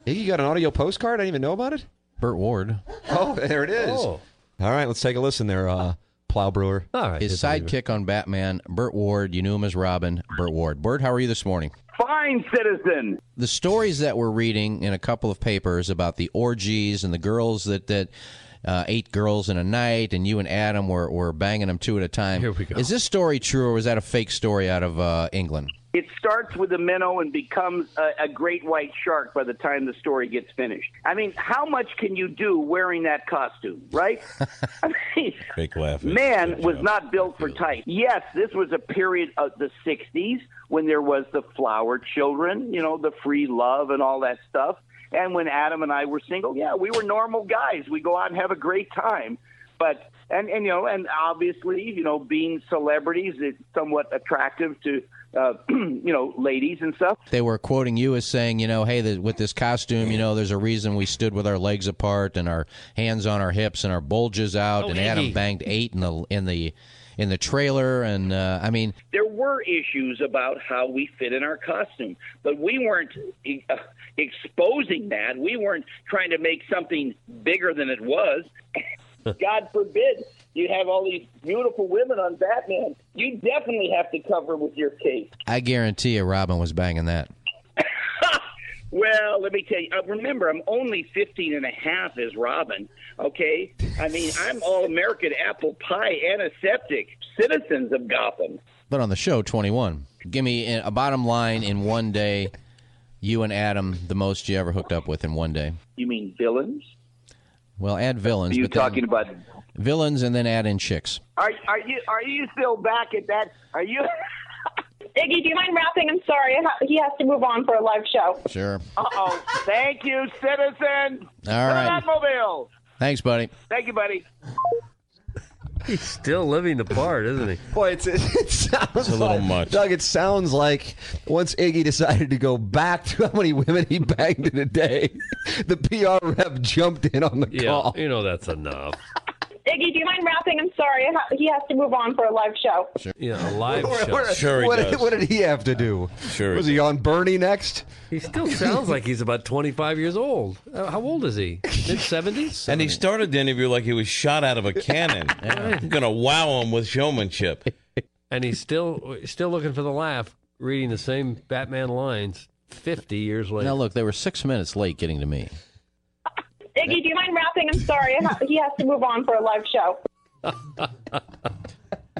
[SPEAKER 7] Iggy got an audio postcard. I didn't even know about it.
[SPEAKER 4] Burt Ward.
[SPEAKER 7] Oh, there it is.
[SPEAKER 19] Oh.
[SPEAKER 7] All right, let's take a listen there, uh, Plow Brewer.
[SPEAKER 19] All right.
[SPEAKER 4] His sidekick on Batman, Burt Ward. You knew him as Robin. Burt Ward. Burt, how are you this morning?
[SPEAKER 27] Fine citizen.
[SPEAKER 4] the stories that we're reading in a couple of papers about the orgies and the girls that that uh, eight girls in a night, and you and Adam were, were banging them two at a time. Here we go. Is this story true, or was that a fake story out of uh, England?
[SPEAKER 27] It starts with a minnow and becomes a, a great white shark by the time the story gets finished. I mean, how much can you do wearing that costume, right? *laughs* I mean,
[SPEAKER 14] Fake laugh.
[SPEAKER 27] man was not built for tight. Yes, this was a period of the 60s when there was the flower children, you know, the free love and all that stuff. And when Adam and I were single, yeah, we were normal guys. We go out and have a great time. But and and you know, and obviously, you know, being celebrities is somewhat attractive to uh, *clears throat* you know, ladies and stuff.
[SPEAKER 4] They were quoting you as saying, you know, hey, the, with this costume, you know, there's a reason we stood with our legs apart and our hands on our hips and our bulges out,
[SPEAKER 27] Oh,
[SPEAKER 4] and Adam
[SPEAKER 27] Iggy.
[SPEAKER 4] banged eight in the in the in the trailer, and uh, I mean,
[SPEAKER 27] there were issues about how we fit in our costume, but we weren't e- uh, *laughs* exposing that. We weren't trying to make something bigger than it was. God forbid you have all these beautiful women on Batman. You definitely have to cover with your case.
[SPEAKER 36] I guarantee you, Robin was banging that.
[SPEAKER 27] Well, let me tell you. Uh, remember, I'm only 15 and a half as Robin, okay? I mean, I'm all American apple pie antiseptic, citizens of Gotham.
[SPEAKER 36] But on the show, 21. Give me a bottom line in one day. You and Adam, the most you ever hooked up with in one day.
[SPEAKER 27] You mean villains?
[SPEAKER 36] Well, add villains.
[SPEAKER 27] Are you
[SPEAKER 36] but then-
[SPEAKER 27] talking about?
[SPEAKER 36] villains and then add in chicks?
[SPEAKER 27] Are are you are you still back at that? Are you?
[SPEAKER 29] *laughs* Iggy, do you mind wrapping? I'm sorry. I ha- He has to move on for a live show.
[SPEAKER 36] Sure.
[SPEAKER 27] Uh oh. Thank you, citizen.
[SPEAKER 36] All right.
[SPEAKER 27] Batmobile.
[SPEAKER 36] Thanks, buddy.
[SPEAKER 27] Thank you, buddy.
[SPEAKER 7] He's still living the part, isn't he? Boy, it's, it, it sounds
[SPEAKER 36] a little
[SPEAKER 7] like-
[SPEAKER 36] much.
[SPEAKER 7] Doug, it sounds like once Iggy decided to go back to how many women he banged in a day, *laughs* the PR rep jumped in on the
[SPEAKER 14] Yeah,
[SPEAKER 7] call.
[SPEAKER 14] you know that's enough.
[SPEAKER 29] Iggy, do you mind wrapping? I'm sorry. I ha- He has to move on for a live show.
[SPEAKER 14] Yeah, a live
[SPEAKER 7] What-
[SPEAKER 14] show.
[SPEAKER 7] what- what, what did he have to do?
[SPEAKER 14] Sure he
[SPEAKER 7] Was he on Bernie next?
[SPEAKER 10] He still sounds like he's about 25 years old. Uh, how old is he? Mid 70s?
[SPEAKER 14] *laughs* And he started the interview like he was shot out of
[SPEAKER 10] *laughs*
[SPEAKER 14] a cannon. I'm gonna wow him with showmanship.
[SPEAKER 10] And he's still still looking for the laugh, reading the same Batman lines 50 years later.
[SPEAKER 36] Now, look, they were six minutes late getting to me.
[SPEAKER 29] Iggy, do you mind wrapping? I'm sorry. I ha- He has to move on for a live show.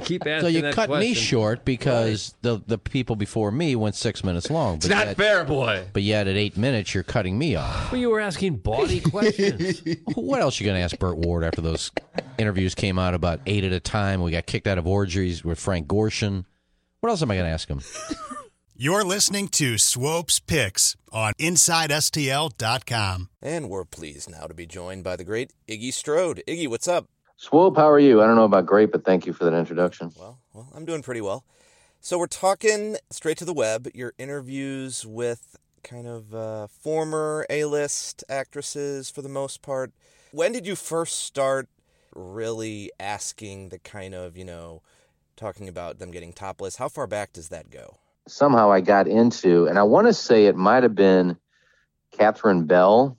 [SPEAKER 10] Keep asking
[SPEAKER 36] So you
[SPEAKER 10] that
[SPEAKER 36] cut me
[SPEAKER 10] question.
[SPEAKER 36] short because the the people before me went six minutes long. But
[SPEAKER 10] It's not
[SPEAKER 36] yet-
[SPEAKER 10] fair, boy.
[SPEAKER 36] But yet at eight minutes, you're cutting me off.
[SPEAKER 10] Well, you were asking body questions.
[SPEAKER 36] what else you going to ask Burt Ward after those interviews came out about eight at a time? We got kicked out of orgies with Frank Gorshin. What else am I going to ask him?
[SPEAKER 37] You're listening to Swope's Picks on InsideSTL.com.
[SPEAKER 16] And we're pleased now to be joined by the great Iggy Strode. Iggy, what's up?
[SPEAKER 4] Swope, how are you? I don't know about great, but thank you for that introduction.
[SPEAKER 16] Well, well, I'm doing pretty well. So we're talking straight to the web. Your interviews with kind of uh, former A-list actresses, for the most part. When did you first start really asking the kind of you know talking about them getting topless? How far back does that go?
[SPEAKER 4] Somehow I got into, and I want to say it might have been Catherine Bell,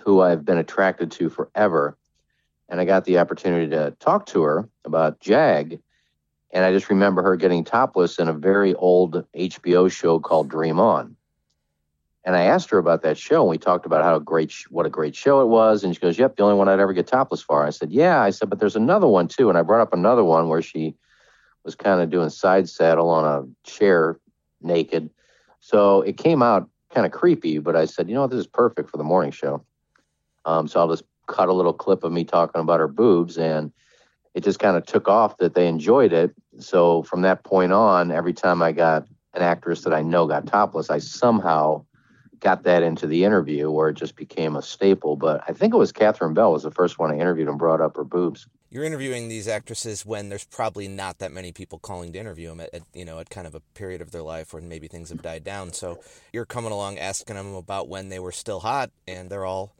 [SPEAKER 4] who I've been attracted to forever. And I got the opportunity to talk to her about JAG. And I just remember her getting topless in a very old HBO show called Dream On. And I asked her about that show, and we talked about how great, sh- what a great show it was. And she goes, "Yep, the only one I'd ever get topless for." I said, "Yeah." I said, "But there's another one too." And I brought up another one where she was kind of doing side saddle on a chair, naked. So it came out kind of creepy. But I said, "You know what? This is perfect for the morning show." Um, so I'll just cut a little clip of me talking about her boobs, and it just kind of took off that they enjoyed it. So from that point on, every time I got an actress that I know got topless, I somehow got that into the interview where it just became a staple. But I think it was Catherine Bell was the first one I interviewed and brought up her boobs.
[SPEAKER 16] You're interviewing these actresses when there's probably not that many people calling to interview them at, at you know at kind of a period of their life where maybe things have died down. So you're coming along asking them about when they were still hot, and they're all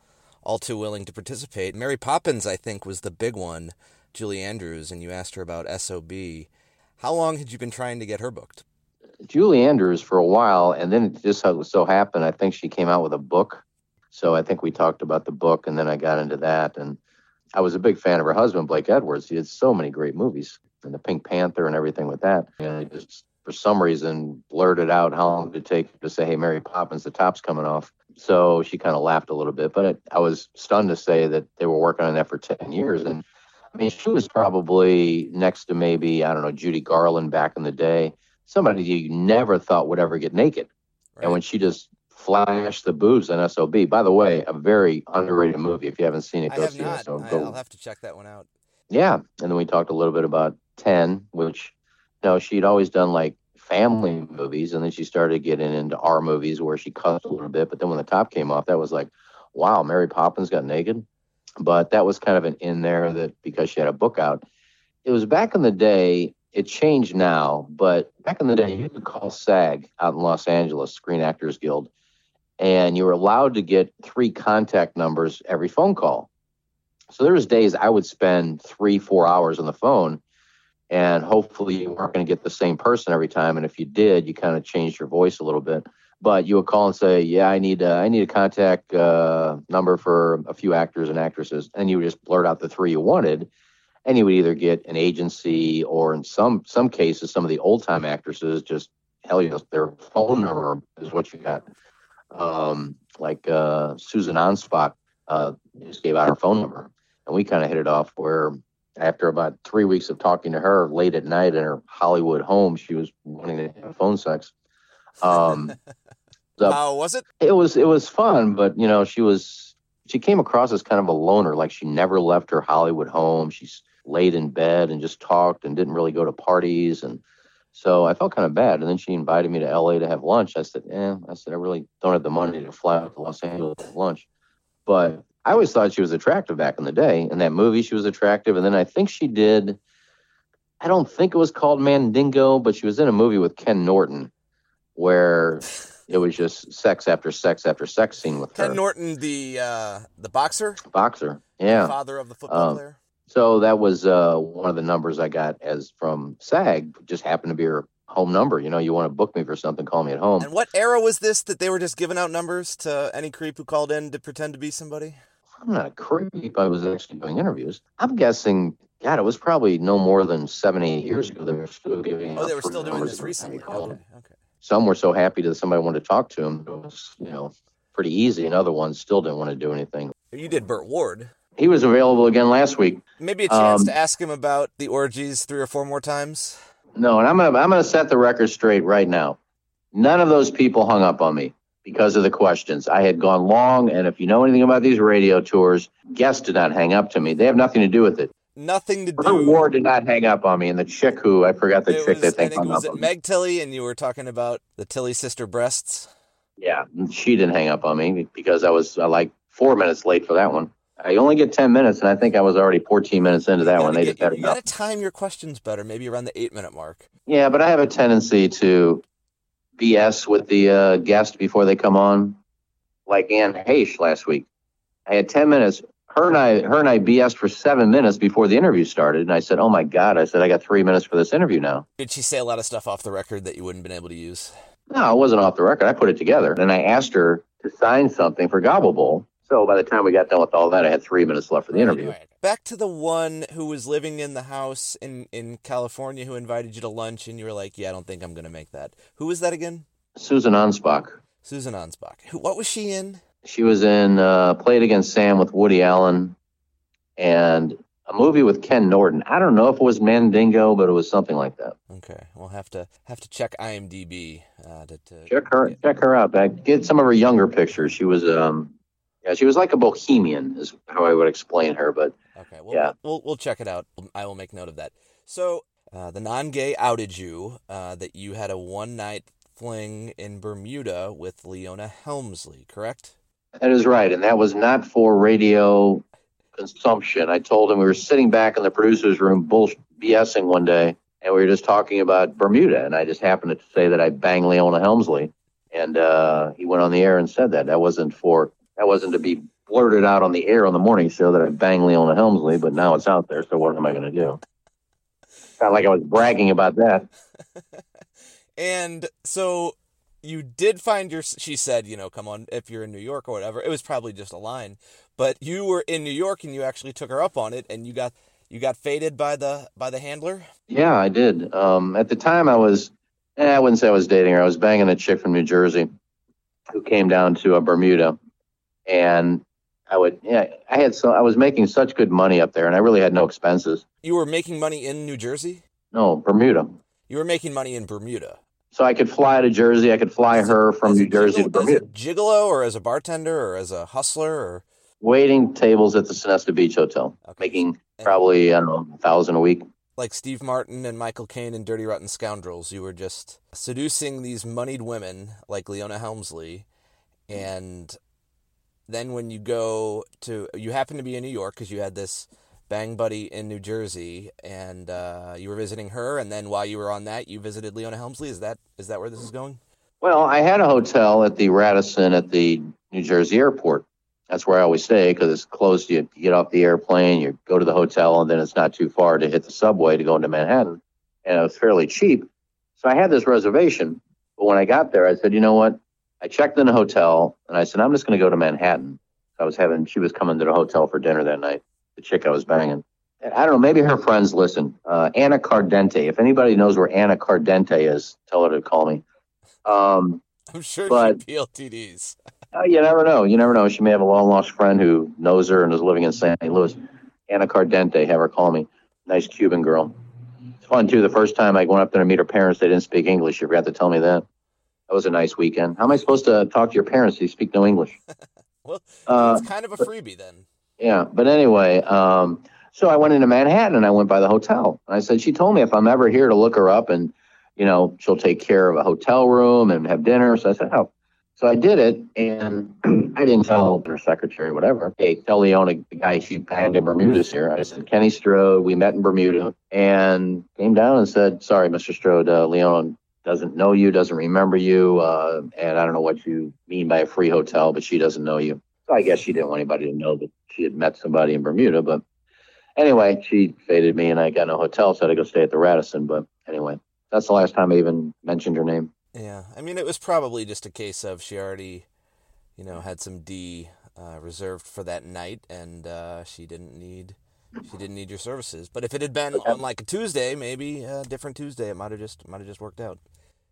[SPEAKER 16] all too willing to participate. Mary Poppins, I think, was the big one. Julie Andrews, and you asked her about SOB. How long had you been trying to get her booked?
[SPEAKER 4] Julie Andrews for a while, and then it just so, so happened I think she came out with a book. So I think we talked about the book, and then I got into that. And I was a big fan of her husband, Blake Edwards. He did so many great movies, and the Pink Panther and everything with that. And I just for some reason blurted out how long did it take to say, "Hey, Mary Poppins, the top's coming off." So she kind of laughed a little bit, but it, I was stunned to say that they were working on that for ten years, and I mean, she was probably next to maybe, I don't know, Judy Garland back in the day, somebody you never thought would ever get naked. And when she just flashed the boobs on SOB, by the way, a very underrated movie. If you haven't seen it,
[SPEAKER 16] I
[SPEAKER 4] go
[SPEAKER 16] have
[SPEAKER 4] see it.
[SPEAKER 16] not.
[SPEAKER 4] So
[SPEAKER 16] I,
[SPEAKER 4] go.
[SPEAKER 16] I'll have to check that one out.
[SPEAKER 4] Yeah. And then we talked a little bit about 10, which, you know, she'd always done like family movies. And then she started getting into our movies where she cussed a little bit. But then when the top came off, that was like, wow, Mary Poppins got naked. But that was kind of an in there that because she had a book out, it was back in the day. It changed now, but back in the day, you could call SAG out in Los Angeles, Screen Actors Guild, and you were allowed to get three contact numbers every phone call. So there was days I would spend three, four hours on the phone, and hopefully you weren't going to get the same person every time. And if you did, you kind of changed your voice a little bit. But you would call and say, "Yeah, I need uh, I need a contact uh, number for a few actors and actresses," and you would just blurt out the three you wanted, and you would either get an agency or, in some some cases, some of the old time actresses just hell yes, their phone number is what you got. Um, like uh, Susan Onspach uh, just gave out her phone number, and we kind of hit it off. Where after about three weeks of talking to her late at night in her Hollywood home, she was wanting to have phone sex.
[SPEAKER 16] *laughs*
[SPEAKER 4] Um, so
[SPEAKER 16] How was it?
[SPEAKER 4] it was it was fun, but you know she was she came across as kind of a loner, like she never left her Hollywood home. She's laid in bed and just talked and didn't really go to parties and so I felt kind of bad. And then she invited me to LA to have lunch. I said, eh, I said, I really don't have the money to fly out to Los Angeles to have lunch. But I always thought she was attractive back in the day. In that movie, she was attractive. And then I think she did, I don't think it was called Mandingo, but she was in a movie with Ken Norton where it was just sex after sex after sex scene with her.
[SPEAKER 16] Ken Norton, the uh, the boxer,
[SPEAKER 4] Boxer. Yeah.
[SPEAKER 16] father of the football
[SPEAKER 4] Um,
[SPEAKER 16] player.
[SPEAKER 4] So that was uh, one of the numbers I got as from SAG. Just happened to be her home number. You know, you want to book me for something, call me at home.
[SPEAKER 16] And what era was this that they were just giving out numbers to any creep who called in to pretend to be somebody?
[SPEAKER 4] I'm not a creep. I was actually doing interviews. I'm guessing, God, it was probably no more than seven, eight years ago. They were still giving.
[SPEAKER 16] Oh,
[SPEAKER 4] out
[SPEAKER 16] they were
[SPEAKER 4] free
[SPEAKER 16] still doing
[SPEAKER 4] numbers
[SPEAKER 16] this
[SPEAKER 4] every time you
[SPEAKER 16] recently.
[SPEAKER 4] called them. Some were so happy that somebody wanted to talk to them. It was, you know, pretty easy. And other ones still didn't want to do anything.
[SPEAKER 16] You did Burt Ward.
[SPEAKER 4] He was available again last week.
[SPEAKER 16] Maybe a chance
[SPEAKER 4] Um,
[SPEAKER 16] to ask him about the orgies three or four more times.
[SPEAKER 4] No, and I'm gonna I'm gonna set the record straight right now. None of those people hung up on me because of the questions. I had gone long, and if you know anything about these radio tours, guests did not hang up to me. They have nothing to do with it.
[SPEAKER 16] Nothing to do.
[SPEAKER 4] Her ward did not hang up on me, and the chick who I forgot the chick that they hung
[SPEAKER 16] Was
[SPEAKER 4] up
[SPEAKER 16] it
[SPEAKER 4] on.
[SPEAKER 16] Meg Tilly? And you were talking about the Tilly sister breasts.
[SPEAKER 4] Yeah, she didn't hang up on me because I was uh, like four minutes late for that one. I only get ten minutes, and I think I was already fourteen minutes into that one. They just had
[SPEAKER 16] You
[SPEAKER 4] enough.
[SPEAKER 16] gotta time your questions better. Maybe around the eight minute mark.
[SPEAKER 4] Yeah, but I have a tendency to BS with the uh, guest before they come on. Like Ann Heche last week, I had ten minutes. Her and I, her and I BS for seven minutes before the interview started, and I said, "Oh my God!" I said, "I got three minutes for this interview now."
[SPEAKER 16] Did she say a lot of stuff off the record that you wouldn't have been able to use?
[SPEAKER 4] No, it wasn't off the record. I put it together, and I asked her to sign something for Gobble Bowl. So by the time we got done with all that, I had three minutes left for the interview.
[SPEAKER 16] Back to the one who was living in the house in, in California who invited you to lunch and you were like, yeah, I don't think I'm going to make that. Who was that again?
[SPEAKER 4] Susan Onspach.
[SPEAKER 16] Susan Ansbach. Who, what was she in?
[SPEAKER 4] She was in uh, Played Against Sam with Woody Allen and a movie with Ken Norton. I don't know if it was Mandingo, but it was something like that.
[SPEAKER 16] Okay, we'll have to have to check IMDb. Uh, to, to,
[SPEAKER 4] Check her check her out. Back get some of her younger pictures. She was um yeah, she was like a bohemian is how I would explain her, but
[SPEAKER 16] okay, well,
[SPEAKER 4] yeah.
[SPEAKER 16] we'll we'll check it out. I will make note of that. So uh, the non-gay outed you uh, that you had a one-night fling in Bermuda with Leona Helmsley, correct?
[SPEAKER 4] That is right. And that was not for radio consumption. I told him we were sitting back in the producer's room, bull BSing one day, and we were just talking about Bermuda. And I just happened to say that I bang Leona Helmsley. And uh, he went on the air and said that. That wasn't for, that wasn't to be blurted out on the air on the morning show that I bang Leona Helmsley, but now it's out there. So what am I going to do? Not like I was bragging about that.
[SPEAKER 16] And so you did find your. She said, you know, come on, if you're in New York or whatever. It was probably just a line, but you were in New York and you actually took her up on it, and you got you got faded by the by the handler.
[SPEAKER 4] Yeah, I did. Um, at the time, I was, eh, I wouldn't say I was dating her. I was banging a chick from New Jersey who came down to uh, Bermuda. And I would, yeah, I had so, I was making such good money up there and I really had no expenses.
[SPEAKER 16] You were making money in New Jersey.
[SPEAKER 4] No, Bermuda.
[SPEAKER 16] You were making money in Bermuda.
[SPEAKER 4] So I could fly to Jersey. I could fly her from New Jersey to Bermuda.
[SPEAKER 16] Gigolo, or as a bartender, or as a hustler, or
[SPEAKER 4] Waiting tables at the Sinesta Beach Hotel, making probably, I don't know, a thousand a week.
[SPEAKER 16] like Steve Martin and Michael Caine and Dirty Rotten Scoundrels. You were just seducing these moneyed women like Leona Helmsley, and then when you go to, you happen to be in New York because you had this bang buddy in New Jersey, and uh, you were visiting her, and then while you were on that, you visited Leona Helmsley. Is that is that where this is going? *laughs*
[SPEAKER 4] Well, I had a hotel at the Radisson at the New Jersey airport. That's where I always stay because it's close. You you get off the airplane, you go to the hotel, and then it's not too far to hit the subway to go into Manhattan. And it was fairly cheap. So I had this reservation. But when I got there, I said, you know what? I checked in a hotel and I said, I'm just going to go to Manhattan. I was having, she was coming to the hotel for dinner that night, the chick I was banging. And I don't know, maybe her friends listen. Uh, Anna Cardente. If anybody knows where Anna Cardente is, tell her to call me. Um,
[SPEAKER 16] I'm sure
[SPEAKER 4] But-
[SPEAKER 16] she PLTDs.
[SPEAKER 4] uh, you never know. You never know. She may have a long lost friend who knows her and is living in St. Louis. Anna Cardente, have her call me. Nice Cuban girl. It's fun too. The first time I went up there to meet her parents, they didn't speak English. You forgot to tell me that. That was a nice weekend. How am I supposed to talk to your parents? if You speak no
[SPEAKER 16] *laughs*
[SPEAKER 4] English. well,
[SPEAKER 16] It's kind of a freebie then.
[SPEAKER 4] yeah, but anyway, um, so I went into Manhattan and I went by the hotel. And I said, she told me if I'm ever here to look her up and, you know, she'll take care of a hotel room and have dinner. So I said, oh. So I did it and *clears throat* I didn't tell her secretary, whatever. Hey, tell Leona, the guy she banned in Bermuda's here. I said, Kenny Strode, we met in Bermuda and came down and said, sorry, Mr. Strode, uh, Leona doesn't know you, doesn't remember you. Uh, and I don't know what you mean by a free hotel, but she doesn't know you. So I guess she didn't want anybody to know that she had met somebody in Bermuda. But anyway, she faded me, and I got in a hotel, so I had to go stay at the Radisson. But anyway, that's the last time I even mentioned her name.
[SPEAKER 16] Yeah, I mean, it was probably just a case of she already, you know, had some D uh, reserved for that night, and uh, she didn't need she didn't need your services. But if it had been on like a Tuesday, maybe a different Tuesday, it might have just might have just worked out.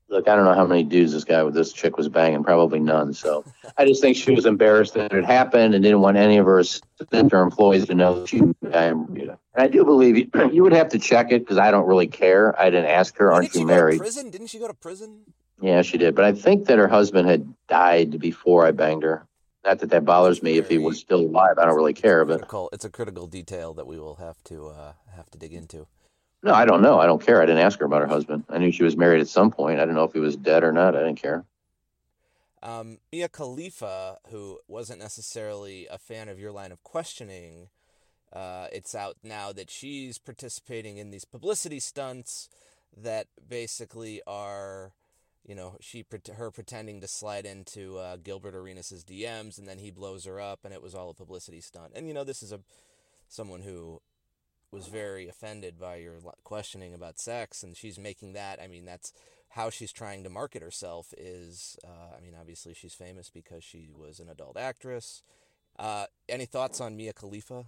[SPEAKER 4] Look, I don't know how many dudes this guy with this chick was banging, probably none. So I just think she was embarrassed that it happened and didn't want any of her assistant or employees to know that she was a guy in Bermuda. And I do believe you, *clears throat* you would have to check it because I don't really care. I didn't ask her, aren't you married?
[SPEAKER 16] Prison? Didn't she go to prison?
[SPEAKER 4] Yeah, she did. But I think that her husband had died before I banged her. Not that that bothers me. If he was still alive, I don't really care. But
[SPEAKER 16] Critical. It's a critical detail that we will have to uh, have to dig into.
[SPEAKER 4] no, I don't know. I don't care. I didn't ask her about her husband. I knew she was married at some point. I didn't know if he was dead or not. I didn't care.
[SPEAKER 16] Um, Mia Khalifa, who wasn't necessarily a fan of your line of questioning, uh, it's out now that she's participating in these publicity stunts that basically are, you know, she pret- her pretending to slide into uh, Gilbert Arenas' DMs, and then he blows her up, and it was all a publicity stunt. And you know, this is a someone who was very offended by your li- questioning about sex, and she's making that. I mean, that's how she's trying to market herself. Is uh, I mean, obviously she's famous because she was an adult actress. Uh, any thoughts on Mia Khalifa?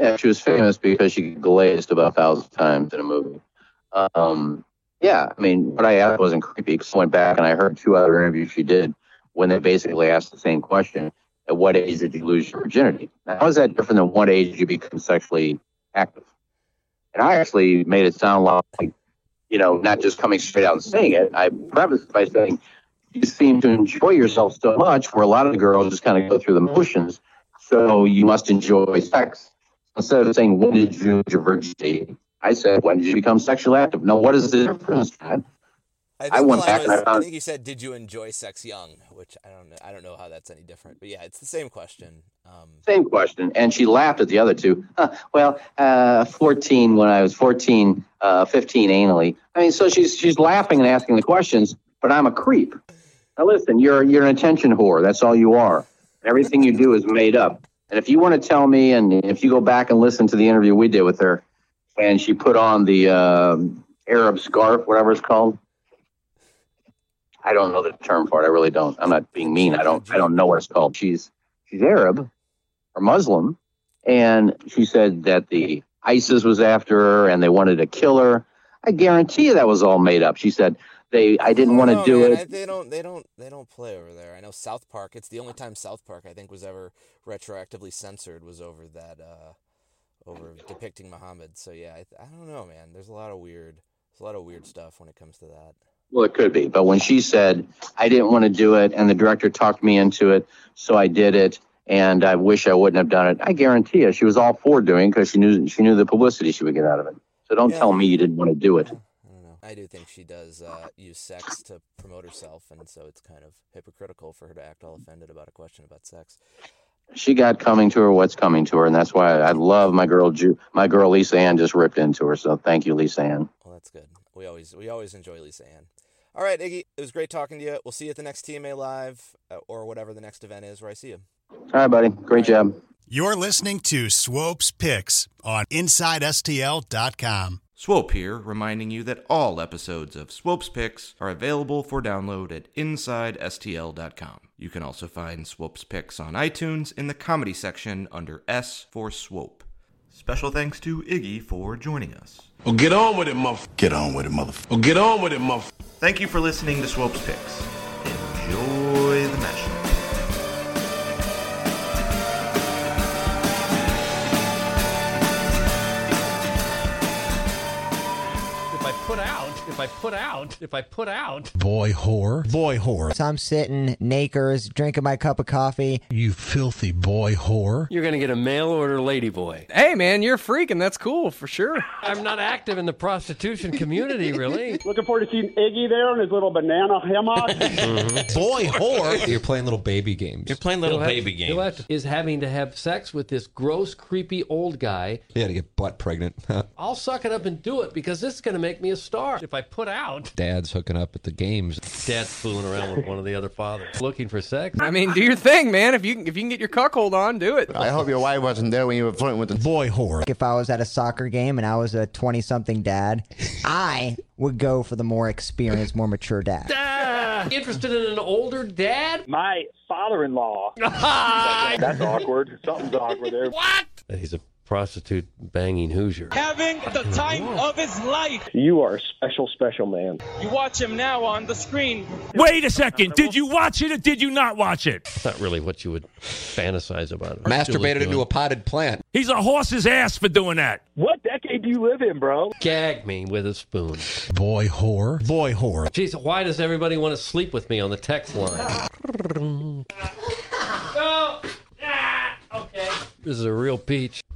[SPEAKER 4] Yeah, she was famous because she glazed about a thousand times in a movie. Um, yeah, I mean, what I asked wasn't creepy because I went back and I heard two other interviews she did when they basically asked the same question At what age did you lose your virginity? Now, how is that different than what age you become sexually active? And I actually made it sound like, you know, not just coming straight out and saying it. I prefaced by saying, you seem to enjoy yourself so much, where a lot of the girls just kind of go through the motions. So you must enjoy sex instead of saying when did you lose your virginity, I said when did you become sexually active? Now what is the difference? Dad?
[SPEAKER 16] I,
[SPEAKER 4] I went
[SPEAKER 16] the line
[SPEAKER 4] back and I
[SPEAKER 16] was- I
[SPEAKER 4] found
[SPEAKER 16] think you said, "Did you enjoy sex young?" Which I don't know. I don't know how that's any different. But yeah, it's the same question. Um,
[SPEAKER 4] same question, and she laughed at the other two. Huh, well, uh, 14 when I was 14, uh, 15 anally. I mean, so she's she's laughing and asking the questions, but I'm a creep. Now listen, you're you're an attention whore. That's all you are. Everything you do is made up. And if you want to tell me, and if you go back and listen to the interview we did with her, and she put on the um Arab scarf, whatever it's called. I don't know the term for it. I really don't. I'm not being mean. I don't. I don't know what it's called. She's she's Arab or Muslim, and she said that the ISIS was after her and they wanted to kill her. I guarantee you that was all made up. She said they. I didn't want to
[SPEAKER 16] don't know,
[SPEAKER 4] do
[SPEAKER 16] Oh, man.
[SPEAKER 4] it.
[SPEAKER 16] I- they don't. They don't. They don't play over there. I know South Park. It's the only time South Park I think was ever retroactively censored was over that, uh, over depicting Muhammad. So yeah, I, I don't know, man. There's a lot of weird. There's a lot of weird stuff when it comes to that.
[SPEAKER 4] Well, it could be. But when she said, I didn't want to do it, and the director talked me into it, so I did it, and I wish I wouldn't have done it, I guarantee you she was all for doing because she knew, she knew the publicity she would get out of it. So don't tell me you didn't want to do it.
[SPEAKER 16] I do think she does uh, use sex to promote herself, and so it's kind of hypocritical for her to act all offended about a question about sex.
[SPEAKER 4] She got coming to her what's coming to her, and that's why I love my girl, Ju- my girl Lisa Ann just ripped into her. So thank you, Lisa Ann.
[SPEAKER 16] Well, that's good. We always we always enjoy Lisa Ann. All right, Iggy, it was great talking to you. We'll see you at the next TMA Live uh, or whatever the next event is where I see you.
[SPEAKER 4] All right, buddy. Great job.
[SPEAKER 37] You're listening to Swope's Picks on InsideSTL.com.
[SPEAKER 5] Swope here, reminding you that all episodes of Swope's Picks are available for download at InsideSTL.com. You can also find Swope's Picks on iTunes in the comedy section under S for Swope. Special thanks to Iggy for joining us.
[SPEAKER 38] Well, get on with it, muff. Get on with it, motherfucker. Well, get on with it, muff.
[SPEAKER 5] Thank you for listening to Swope's Picks. Enjoy the match.
[SPEAKER 10] If I put out, if I put out, if I put out.
[SPEAKER 19] Boy whore. Boy whore. So I'm sitting nakers, drinking my cup of coffee. You filthy boy whore.
[SPEAKER 10] You're going to get a mail order ladyboy.
[SPEAKER 19] Hey, man, you're freaking. That's cool for sure.
[SPEAKER 10] I'm not active in the prostitution community, really.
[SPEAKER 27] *laughs* Looking forward to seeing Iggy there in his little banana hammock.
[SPEAKER 10] Boy, whore.
[SPEAKER 7] You're playing little baby games. You're
[SPEAKER 39] playing
[SPEAKER 10] He'll have- he'll have to- is having to have sex with this gross, creepy old guy.
[SPEAKER 7] Yeah, to get butt pregnant. *laughs*
[SPEAKER 10] I'll suck it up and do it because this is going to make me a star. If I put out,
[SPEAKER 7] Dad's hooking up at the games.
[SPEAKER 10] dad's fooling around
[SPEAKER 7] *laughs*
[SPEAKER 10] with one of the other fathers looking for sex.
[SPEAKER 19] I mean, do your thing, man. If you can, if you can get your cuckold on, do it.
[SPEAKER 40] I hope your wife wasn't there when you were flirting with the boy whore.
[SPEAKER 41] If I was at a soccer game and I was a 20 something
[SPEAKER 19] *laughs*
[SPEAKER 41] dad, I would go for the more experienced, more mature dad.
[SPEAKER 10] Ah, *laughs* interested in an older dad?
[SPEAKER 27] My
[SPEAKER 10] *laughs*
[SPEAKER 27] father-in-law.
[SPEAKER 10] That's
[SPEAKER 27] awkward. Something's awkward there. What?
[SPEAKER 10] He's a prostitute banging Hoosier.
[SPEAKER 14] having the time of his life.
[SPEAKER 27] You are a special, special man.
[SPEAKER 14] You watch him now on the screen.
[SPEAKER 42] Wait a second. Did you watch it or did you not watch it?
[SPEAKER 10] It's not really what you would fantasize about.
[SPEAKER 42] Masturbated into a
[SPEAKER 10] potted plant.
[SPEAKER 42] He's a horse's ass for doing that.
[SPEAKER 10] What decade do you live in, bro? Gag me with a spoon.
[SPEAKER 19] Boy whore. Boy whore.
[SPEAKER 10] Jeez, why does everybody want to sleep with me on the text line? Ah, This is a real peach.